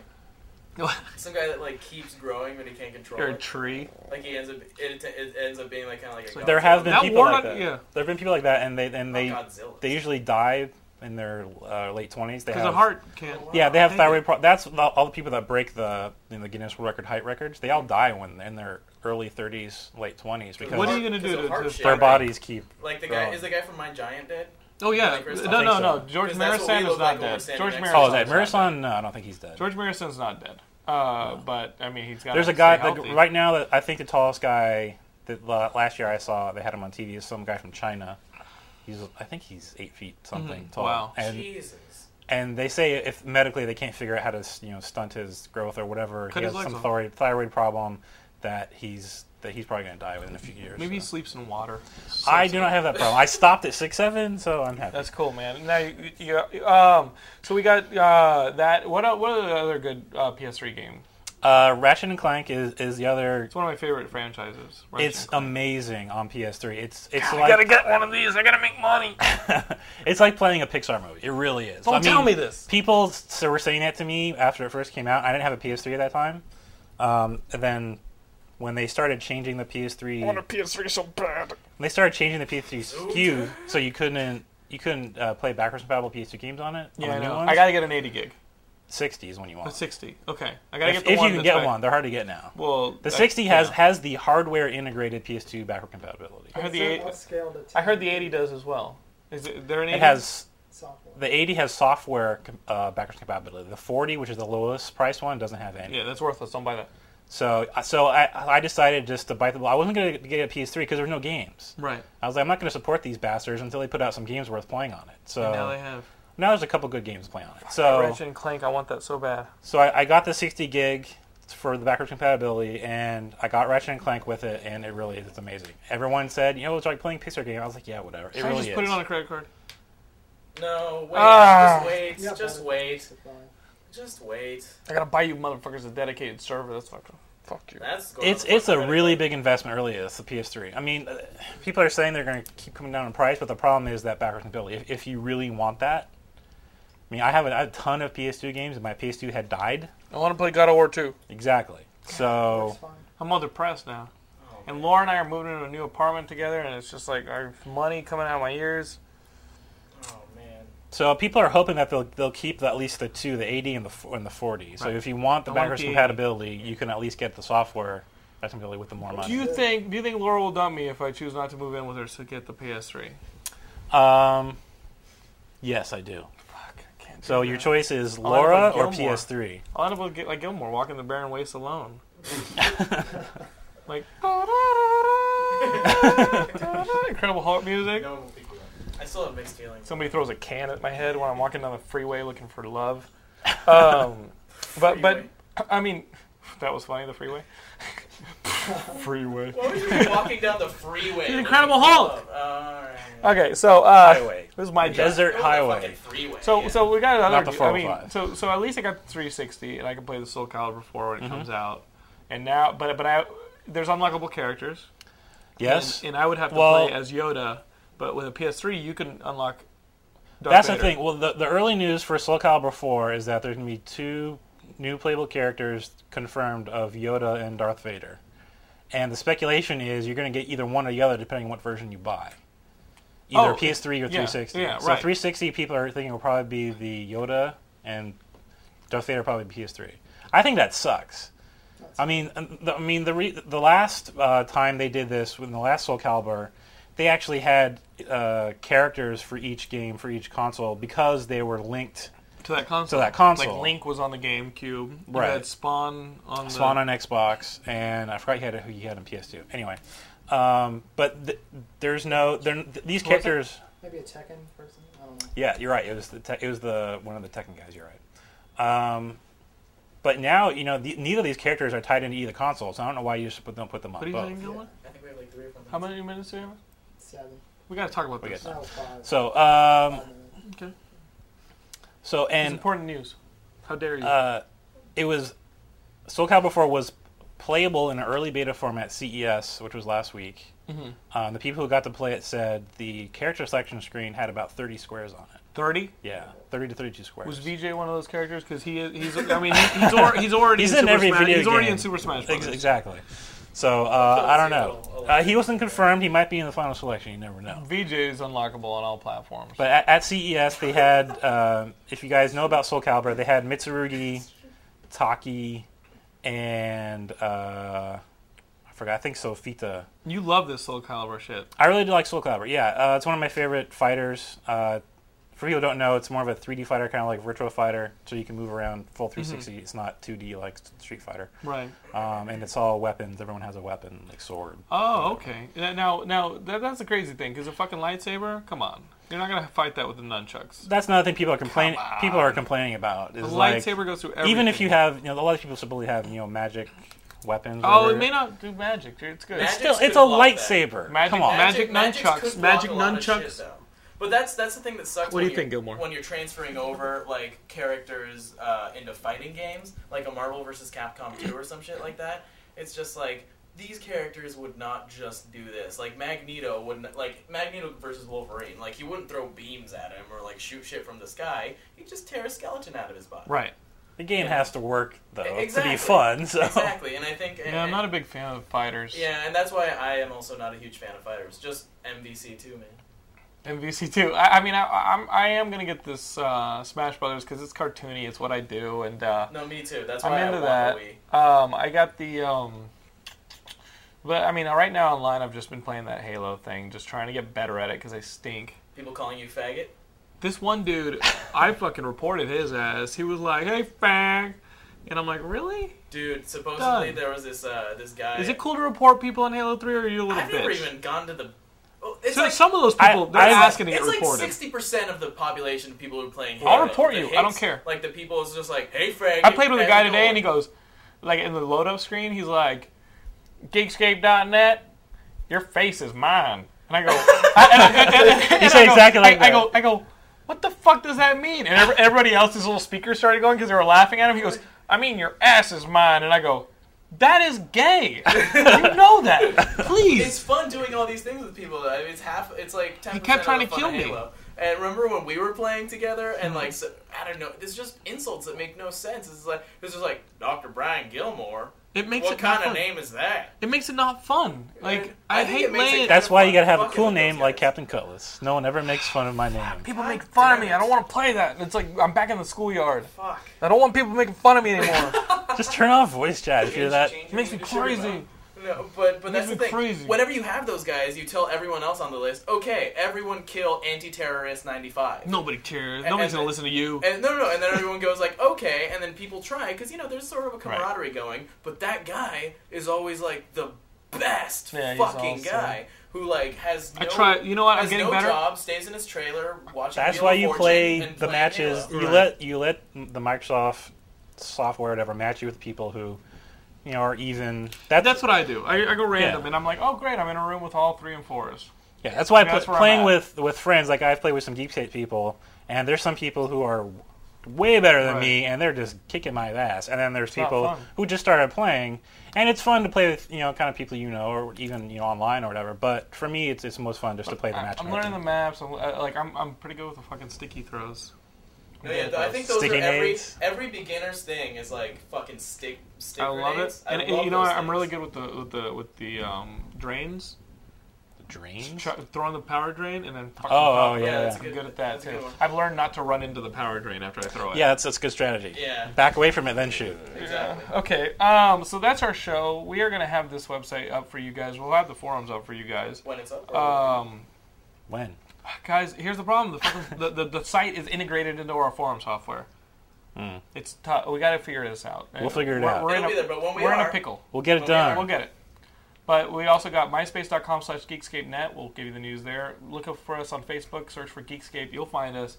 Speaker 3: Some guy that like keeps growing but he can't control
Speaker 2: You're a
Speaker 3: it.
Speaker 2: tree.
Speaker 3: like he ends up it, it ends up being like kind of like a
Speaker 4: There have been
Speaker 2: That
Speaker 4: people
Speaker 2: war-
Speaker 4: like that.
Speaker 2: yeah.
Speaker 4: There have been people like that, and they and they
Speaker 3: Godzilla.
Speaker 4: they usually die in their uh, late twenties. They
Speaker 2: Because
Speaker 4: have
Speaker 2: the heart can't.
Speaker 4: Yeah, they have
Speaker 2: Thank
Speaker 4: thyroid. Pro- that's the, all the people that break the you know, the Guinness World Record height records. They all die when they're in their early thirties, late twenties, because
Speaker 2: What are you
Speaker 3: Heart-
Speaker 2: gonna
Speaker 3: because
Speaker 2: do
Speaker 3: of
Speaker 2: to-
Speaker 3: heart
Speaker 2: to-
Speaker 3: shape,
Speaker 4: their
Speaker 3: right?
Speaker 4: bodies keep.
Speaker 3: Like the guy
Speaker 4: growing.
Speaker 3: is the guy from My Giant dead?
Speaker 2: Oh yeah.
Speaker 3: Like Chris
Speaker 2: No, no,
Speaker 4: Thompson.
Speaker 2: no. George
Speaker 3: 'Cause that's what we
Speaker 2: Marisan is
Speaker 3: look
Speaker 2: not
Speaker 3: like when we're
Speaker 2: dead.
Speaker 3: standing
Speaker 2: George
Speaker 3: next to
Speaker 2: Marisan.
Speaker 4: Oh, is that
Speaker 3: Marisan's not
Speaker 4: Murison? No, I don't think he's dead.
Speaker 2: George Marison's not dead. Uh, But I mean, he's got.
Speaker 4: There's a guy that, right now that I think the tallest guy that la- last year I saw they had him on TV is some guy from China. He's I think he's eight feet something tall.
Speaker 2: Mm-hmm. Wow.
Speaker 4: And
Speaker 3: Jesus.
Speaker 4: and they say if medically they can't figure out how to you know stunt his growth or whatever,
Speaker 2: Cut
Speaker 4: he
Speaker 2: his
Speaker 4: has
Speaker 2: legs
Speaker 4: some
Speaker 2: off.
Speaker 4: thyroid thyroid problem. that he's that he's probably gonna die within a few years.
Speaker 2: Maybe he
Speaker 4: so.
Speaker 2: sleeps in water.
Speaker 4: I do not have that problem. I stopped at six seven, so I'm happy.
Speaker 2: That's cool, man. Now you, you, you- um, so we got uh, that. What el- what are the other good uh, PS3 game?
Speaker 4: Uh, Ratchet and Clank is, is the other.
Speaker 2: It's one of my favorite franchises. Ratchet
Speaker 4: It's
Speaker 2: and Clank.
Speaker 4: amazing on PS3. It's it's
Speaker 2: I
Speaker 4: like
Speaker 2: gotta get one of these. I gotta make money.
Speaker 4: it's like playing a Pixar movie. It really is.
Speaker 2: Don't
Speaker 4: I mean,
Speaker 2: tell me this.
Speaker 4: People s- so were saying that to me after it first came out. I didn't have a PS3 at that time. Um, and then when they started changing the PS3,
Speaker 2: PS3 so bad.
Speaker 4: when they started changing the PS3 SKU, so you couldn't you couldn't uh, play backwards compatible PS2 games on it. on
Speaker 2: Yeah,
Speaker 4: the
Speaker 2: I
Speaker 4: new
Speaker 2: know.
Speaker 4: ones.
Speaker 2: I gotta get an 80 gig.
Speaker 4: 60 is when you want.
Speaker 2: A 60. Okay, I gotta
Speaker 4: If,
Speaker 2: get the
Speaker 4: if
Speaker 2: one
Speaker 4: you can
Speaker 2: that's
Speaker 4: get
Speaker 2: back-
Speaker 4: one, they're hard to get now.
Speaker 2: Well,
Speaker 4: The
Speaker 2: that-
Speaker 4: 60 has
Speaker 2: yeah.
Speaker 4: has the hardware integrated PS2 backward compatibility.
Speaker 2: I heard the
Speaker 6: It's
Speaker 2: eight-
Speaker 6: upscaled to
Speaker 2: I heard the 80 does as well. Is it, there an 80?
Speaker 4: It has
Speaker 6: software.
Speaker 4: the 80 has software com- uh, backwards compatibility. The 40, which is the lowest price one, doesn't have any.
Speaker 2: Yeah, that's worthless. Don't buy that.
Speaker 4: So so I I decided just to bite the bullet. I wasn't going to get a PS3 because there were no games.
Speaker 2: Right.
Speaker 4: I was like, I'm not going to support these bastards until they put out some games worth playing on it. So
Speaker 2: now they have.
Speaker 4: now there's a couple good games to play on it. So
Speaker 2: Ratchet and Clank. I want that so bad.
Speaker 4: So I, I got the 60 gig for the backwards compatibility, and I got Ratchet and Clank with it, and it really is it's amazing. Everyone said, you know, it's like playing Pixar game. I was like, yeah, whatever. It
Speaker 2: Can
Speaker 4: really
Speaker 2: I just
Speaker 4: is.
Speaker 2: put it on a credit card?
Speaker 3: No, wait.
Speaker 2: Ah.
Speaker 3: just wait.
Speaker 6: Yeah,
Speaker 3: just
Speaker 6: but
Speaker 3: wait.
Speaker 6: it's fine.
Speaker 3: Just wait.
Speaker 2: I gotta buy you motherfuckers a dedicated server. That's fucking. Fuck you.
Speaker 3: That's going
Speaker 4: it's
Speaker 3: on the
Speaker 4: it's a
Speaker 3: credit
Speaker 4: really
Speaker 3: card.
Speaker 4: big investment. Really, is the PS3. I mean, uh, people are saying they're going to keep coming down in price, but the problem is that backwards compatibility. If, if you really want that, I mean, I have a, I have a ton of PS2 games, and my PS2 had died.
Speaker 2: I want to play God of War 2.
Speaker 4: Exactly. So
Speaker 6: It's fine.
Speaker 2: I'm all depressed now. and Laura and I are moving into a new apartment together, and it's just like our money coming out of my ears.
Speaker 3: Oh man.
Speaker 4: so people are hoping that they'll they'll keep at least the two, the 80 and the f- and the 40. So
Speaker 2: Right.
Speaker 4: if you want the
Speaker 2: I want
Speaker 4: backwards
Speaker 2: the-
Speaker 4: compatibility, you can at least get the software that's compatibility with the more money.
Speaker 2: Do you think Do you think Laura will dump me if I choose not to move in with her to get the PS3?
Speaker 4: Um, yes, I do.
Speaker 2: Fuck, I can't.
Speaker 4: So
Speaker 2: do
Speaker 4: your
Speaker 2: that.
Speaker 4: choice is
Speaker 2: I'll end
Speaker 4: Laura
Speaker 2: up
Speaker 4: or
Speaker 2: like Gilmore.
Speaker 4: PS3.
Speaker 2: I'll end up with, Gil- like Gilmore walking the barren waste alone. like Incredible Hulk music.
Speaker 5: No one will pick you up.
Speaker 3: I still have mixed feelings.
Speaker 2: Somebody throws a can at my head when I'm walking down the freeway looking for love. Um, but but I mean, that was funny. The freeway. freeway.
Speaker 3: Why would you be walking down the freeway?
Speaker 2: He's
Speaker 3: with
Speaker 2: Incredible
Speaker 3: the
Speaker 2: Hulk.
Speaker 3: club? Alright.
Speaker 2: Okay, so uh,
Speaker 4: Highway.
Speaker 2: this is my job.
Speaker 3: Go to
Speaker 4: Desert
Speaker 3: the fucking
Speaker 4: Highway.
Speaker 3: Freeway.
Speaker 2: So
Speaker 3: yeah.
Speaker 2: so we got another.
Speaker 4: Not the
Speaker 2: I mean,
Speaker 4: 405.
Speaker 2: so so at least I got the 360, and I can play the Soul Calibur 4 when
Speaker 4: Mm-hmm.
Speaker 2: it comes out. And now, but but I there's unlockable characters.
Speaker 4: Yes.
Speaker 2: And, and I would have to
Speaker 4: Well-
Speaker 2: play as Yoda, but with a PS3 you can unlock. Darth
Speaker 4: That's the
Speaker 2: Vader.
Speaker 4: thing. Well, the, the early news for Soul Calibur 4 is that there's going to be two new playable characters confirmed of Yoda and Darth Vader. And the speculation is you're going to get either one or the other depending on what version you buy. Either
Speaker 2: Oh,
Speaker 4: PS3 or 360.
Speaker 2: yeah,
Speaker 4: so
Speaker 2: right.
Speaker 4: 360 people are thinking will probably be the Yoda and Darth Vader probably PS3. I think that sucks. I mean, um, the, I mean the re, the last uh, time they did this, in the last Soul Calibur, they actually had uh, characters for each game for each console because they were linked.
Speaker 2: to that console.
Speaker 4: to that console.
Speaker 2: Like Link was on the GameCube. You
Speaker 4: Right.
Speaker 2: had Spawn on the
Speaker 4: Spawn on Xbox, and I forgot he had a, who he had on PS2. Anyway, um, but th- there's no there, th- these
Speaker 2: What was it?
Speaker 4: characters.
Speaker 6: Maybe a Tekken person. I don't know.
Speaker 4: Yeah, you're right. It was the te- it was the one of the Tekken guys. You're right. Um, but now you know the, neither of these characters are tied into either console, so I don't know why you just put, don't put them on
Speaker 2: What are you
Speaker 4: both.
Speaker 2: saying, Gilman?
Speaker 3: I think we have like three or four.
Speaker 2: How
Speaker 3: minutes.
Speaker 2: many minutes do we have?
Speaker 6: Seven.
Speaker 2: We got to talk about
Speaker 4: We
Speaker 2: this.
Speaker 4: got-
Speaker 6: No, five.
Speaker 4: So um,
Speaker 6: Five minutes.
Speaker 2: Okay.
Speaker 4: so
Speaker 2: It's
Speaker 4: and
Speaker 2: important news. How dare you?
Speaker 4: uh, it was Soul Calibur 4 was playable in an early beta format at CES, which was last week. Um, the people who got to play it said the character selection screen had about 30 squares on it.
Speaker 2: 30?
Speaker 4: Yeah, 30 to 32 squares.
Speaker 2: Was VJ one of those characters? Because he is, he's, I mean, he- he's, or, he's already
Speaker 4: He's
Speaker 2: in,
Speaker 4: in
Speaker 2: Super
Speaker 4: every
Speaker 2: Smash,
Speaker 4: video
Speaker 2: He's already
Speaker 4: game.
Speaker 2: in Super Smash
Speaker 4: Ex-
Speaker 2: Bros.
Speaker 4: exactly. So uh, I don't know. Uh, he wasn't confirmed. He might be in the final selection. You never know.
Speaker 2: VJ is unlockable on all platforms.
Speaker 4: But at, at CES, they had, um, if you guys know about Soul Calibur, they had Mitsurugi, Taki, and uh, I forgot. I think Sofita.
Speaker 2: you love this Soul Calibur shit.
Speaker 4: I really do like Soul Calibur. Yeah, uh, it's one of my favorite fighters. Uh, for people who don't know, it's more of a 3D fighter, kind of like Virtual Fighter, so you can move around full 360. It's not 2D like Street Fighter.
Speaker 2: Mm-hmm. Right.
Speaker 4: Um, and it's all weapons. Everyone has a weapon, like sword.
Speaker 2: Oh, okay. Now, now that, that's the crazy thing. Because a fucking lightsaber, come on, you're not gonna fight that with the nunchucks.
Speaker 4: That's another thing people are complaining.
Speaker 2: Come on.
Speaker 4: People are complaining about is
Speaker 2: The
Speaker 4: like
Speaker 2: lightsaber goes through everything.
Speaker 4: even if you have, you know, a lot of people supposedly have, you know, magic weapons.
Speaker 2: Oh,
Speaker 4: whatever.
Speaker 2: it may not do magic, dude. It's good.
Speaker 3: Magic-
Speaker 4: Still,
Speaker 3: Magics
Speaker 4: it's a
Speaker 3: could block that.
Speaker 4: lightsaber.
Speaker 2: Magic-
Speaker 4: Come on.
Speaker 2: Magic
Speaker 3: magics
Speaker 2: nunchucks.
Speaker 3: could block
Speaker 2: Magic
Speaker 3: a lot of
Speaker 2: nunchucks.
Speaker 3: shit, though. but that's that's the thing that sucks.
Speaker 2: What do
Speaker 3: when
Speaker 2: you think,
Speaker 3: you're-
Speaker 2: Gilmore?
Speaker 3: When you're transferring over like characters uh, into fighting games, like a Marvel versus Capcom 2 or some shit like that, it's just like these characters would not just do this. Like Magneto wouldn't like Magneto versus Wolverine. Like he wouldn't throw beams at him or like shoot shit from the sky. He'd just tear a skeleton out of his body.
Speaker 2: right.
Speaker 4: the game
Speaker 3: Yeah.
Speaker 4: has to work though
Speaker 3: Exactly.
Speaker 4: to be fun. So
Speaker 3: Exactly, and I think
Speaker 2: Yeah, I'm not a big fan of fighters.
Speaker 3: Yeah, and that's why I am also not a huge fan of fighters. Just MVC two, man.
Speaker 2: MVC two. I, I mean, I, I'm I am gonna get this uh, Smash Brothers because it's cartoony. It's what I do, and uh,
Speaker 3: No, me too. That's
Speaker 2: I'm
Speaker 3: why
Speaker 2: into
Speaker 3: I
Speaker 2: that.
Speaker 3: want a Wii.
Speaker 2: Um, I got the. Um, but I mean, right now online, I've just been playing that Halo thing, just trying to get better at it because I stink.
Speaker 3: People calling you faggot.
Speaker 2: This one dude, I fucking reported his ass. He was like, "Hey, fag," and I'm like, "Really?
Speaker 3: Dude, supposedly
Speaker 2: Done.
Speaker 3: there was this uh, this guy.
Speaker 2: Is it cool to report people in Halo Three, or are you a little
Speaker 3: I've
Speaker 2: bitch?"
Speaker 3: never even gone to the. Oh, it's
Speaker 2: so
Speaker 3: like,
Speaker 2: some of those people,
Speaker 4: I-
Speaker 2: they're
Speaker 4: I've-
Speaker 2: asking to get
Speaker 3: it's like
Speaker 2: reported.
Speaker 3: sixty percent of the population of people who are playing. Halo.
Speaker 2: I'll report
Speaker 3: The
Speaker 2: you. I
Speaker 3: hicks,
Speaker 2: don't care.
Speaker 3: Like the people is just like, hey, faggot.
Speaker 2: I played with a guy
Speaker 3: faggot,
Speaker 2: today, and
Speaker 3: go
Speaker 2: he goes, like in the load up screen, he's like, Geekscape.net, your face is mine. And I go, and I- and- and- and
Speaker 4: You say
Speaker 2: I go-
Speaker 4: exactly like
Speaker 2: I, I
Speaker 4: that.
Speaker 2: go, I go, what the fuck does that mean? And every- everybody else's little speaker started going because they were laughing at him. He goes, I mean, your ass is mine. And I go, that is gay. you know that.
Speaker 3: It's
Speaker 2: Please.
Speaker 3: fun doing all these things with people. though. I mean, it's half. It's like ten.
Speaker 2: kept trying to kill me. Mm-hmm.
Speaker 3: Halo. And remember when we were playing together, and like so, I don't know, there's just insults that make no sense. It's like it's just like Dr. Brian Gilmore.
Speaker 2: It makes
Speaker 3: what
Speaker 2: it not
Speaker 3: kind
Speaker 2: fun.
Speaker 3: of name is that?
Speaker 2: It makes it not fun. Like,
Speaker 3: I
Speaker 2: I,
Speaker 3: think
Speaker 2: hate
Speaker 3: it makes it
Speaker 2: laying.
Speaker 3: kind
Speaker 4: that's why you gotta have a
Speaker 3: Fucking
Speaker 4: cool
Speaker 3: with those
Speaker 4: name like
Speaker 3: guys.
Speaker 4: Captain Cutlass. No one ever makes fun of my name.
Speaker 2: People make
Speaker 3: God
Speaker 2: fun of
Speaker 3: damn
Speaker 2: me.
Speaker 3: it.
Speaker 2: I don't want to play that. It's like I'm back in the schoolyard.
Speaker 3: Fuck.
Speaker 2: I don't want people making fun of me anymore.
Speaker 4: Just turn off voice chat if you're that.
Speaker 3: Change
Speaker 2: It makes me
Speaker 3: your name to
Speaker 2: crazy.
Speaker 3: Shooter Bob. No, but but
Speaker 2: Makes
Speaker 3: that's the
Speaker 2: me
Speaker 3: thing.
Speaker 2: crazy.
Speaker 3: Whenever you have those guys, you tell everyone else on the list, okay, everyone kill anti-terrorist ninety-five.
Speaker 2: Nobody cares.
Speaker 3: And-
Speaker 2: Nobody's
Speaker 3: and-
Speaker 2: gonna listen to you.
Speaker 3: And, no, no, no, and then everyone goes like, okay, and then people try because you know there's sort of a camaraderie going, but that guy is always like the best
Speaker 2: Yeah, he's
Speaker 3: fucking
Speaker 2: awesome.
Speaker 3: guy who like has. No,
Speaker 2: I try. You know what? I'm
Speaker 3: has
Speaker 2: getting
Speaker 3: no
Speaker 2: better.
Speaker 3: job, stays in his trailer watching.
Speaker 4: That's
Speaker 3: Wheel
Speaker 4: why
Speaker 3: of
Speaker 4: you
Speaker 3: Fortune
Speaker 4: play
Speaker 3: and
Speaker 4: the
Speaker 3: playing
Speaker 4: matches.
Speaker 3: Halo.
Speaker 4: You
Speaker 2: Right.
Speaker 4: let you let the Microsoft software or whatever match you with people who, you know, are even. That's,
Speaker 2: That's what I do. I, I go random,
Speaker 4: Yeah.
Speaker 2: and I'm like, oh great, I'm in a room with all three and fours.
Speaker 4: Yeah, that's why I
Speaker 2: That's
Speaker 4: pl-
Speaker 2: where I'm
Speaker 4: playing
Speaker 2: at.
Speaker 4: with with friends. Like I've played with some deep state people, and there's some people who are way better than
Speaker 2: Right.
Speaker 4: me, and they're just kicking my ass. And then there's
Speaker 2: not
Speaker 4: people
Speaker 2: fun.
Speaker 4: who just started playing, and it's fun to play with you know kind of people you know, or even you know online or whatever. But for me, it's it's most fun just to play the
Speaker 2: I,
Speaker 4: match.
Speaker 2: I'm learning the maps. I'm, uh, like I'm, I'm pretty good with the fucking sticky throws.
Speaker 3: No, Oh, yeah, I think those
Speaker 4: Sticky
Speaker 3: are every
Speaker 4: nades.
Speaker 3: every beginner's thing is like fucking stick stick
Speaker 2: I love it,
Speaker 3: grenades. I
Speaker 2: and, and
Speaker 3: love
Speaker 2: you know
Speaker 3: those
Speaker 2: what? I'm really
Speaker 3: things.
Speaker 2: good with the with the with the um, drains,
Speaker 4: Dreams.
Speaker 2: Ch- throwing the power drain, and then fucking
Speaker 4: Oh, oh,
Speaker 2: power.
Speaker 4: yeah, Yeah,
Speaker 3: that's yeah. a
Speaker 2: I'm
Speaker 3: good-
Speaker 2: good at that
Speaker 3: that's a
Speaker 2: too.
Speaker 3: good one.
Speaker 2: I've learned not to run into the power drain after I throw it.
Speaker 4: Yeah, that's that's good strategy.
Speaker 3: Yeah.
Speaker 4: Back away from it, then shoot.
Speaker 3: Exactly.
Speaker 2: Okay, um, so that's our show. We are gonna have this website up for you guys. We'll have the forums up for you guys.
Speaker 3: When it's up.
Speaker 2: Um,
Speaker 4: When?
Speaker 2: Guys, here's the problem. The, fucking, the, the the site is integrated into our forum software. It's tough. We got to figure this out.
Speaker 4: Hmm. We'll figure it
Speaker 2: We're-
Speaker 4: out.
Speaker 2: We're, in
Speaker 3: It'll
Speaker 2: a,
Speaker 3: be there, but when we
Speaker 2: we're in
Speaker 3: are-
Speaker 2: a pickle.
Speaker 4: We'll get it
Speaker 3: When we
Speaker 4: done.
Speaker 3: are-
Speaker 2: We'll get it. But we also got myspace.com slash geekscape.net. We'll give you the news there. Look up for us on Facebook. Search for Geekscape. You'll find us.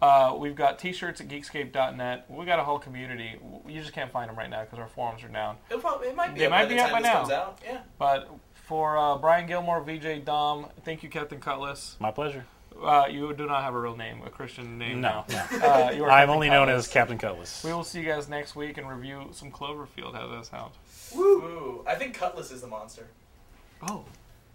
Speaker 2: Uh, we've got t-shirts at geekscape.net. We got a whole community. You just can't find them right now because our forums are down.
Speaker 3: It'll probably, it might be.
Speaker 2: They
Speaker 3: up
Speaker 2: might
Speaker 3: by
Speaker 2: be
Speaker 3: the
Speaker 2: up
Speaker 3: time
Speaker 2: by
Speaker 3: this
Speaker 2: now.
Speaker 3: Comes out. Yeah.
Speaker 2: But for uh, Brian Gilmore, VJ Dom, thank you, Captain Cutlass.
Speaker 4: My pleasure.
Speaker 2: Uh, you do not have a real name, a Christian name.
Speaker 4: No, no.
Speaker 2: now. Uh, you are
Speaker 4: I'm
Speaker 2: Captain
Speaker 4: only known
Speaker 2: Cutlass.
Speaker 4: as Captain Cutlass.
Speaker 2: We will see you guys next week and review some Cloverfield. How does that sound?
Speaker 3: Woo. I think Cutlass is the monster.
Speaker 2: Oh,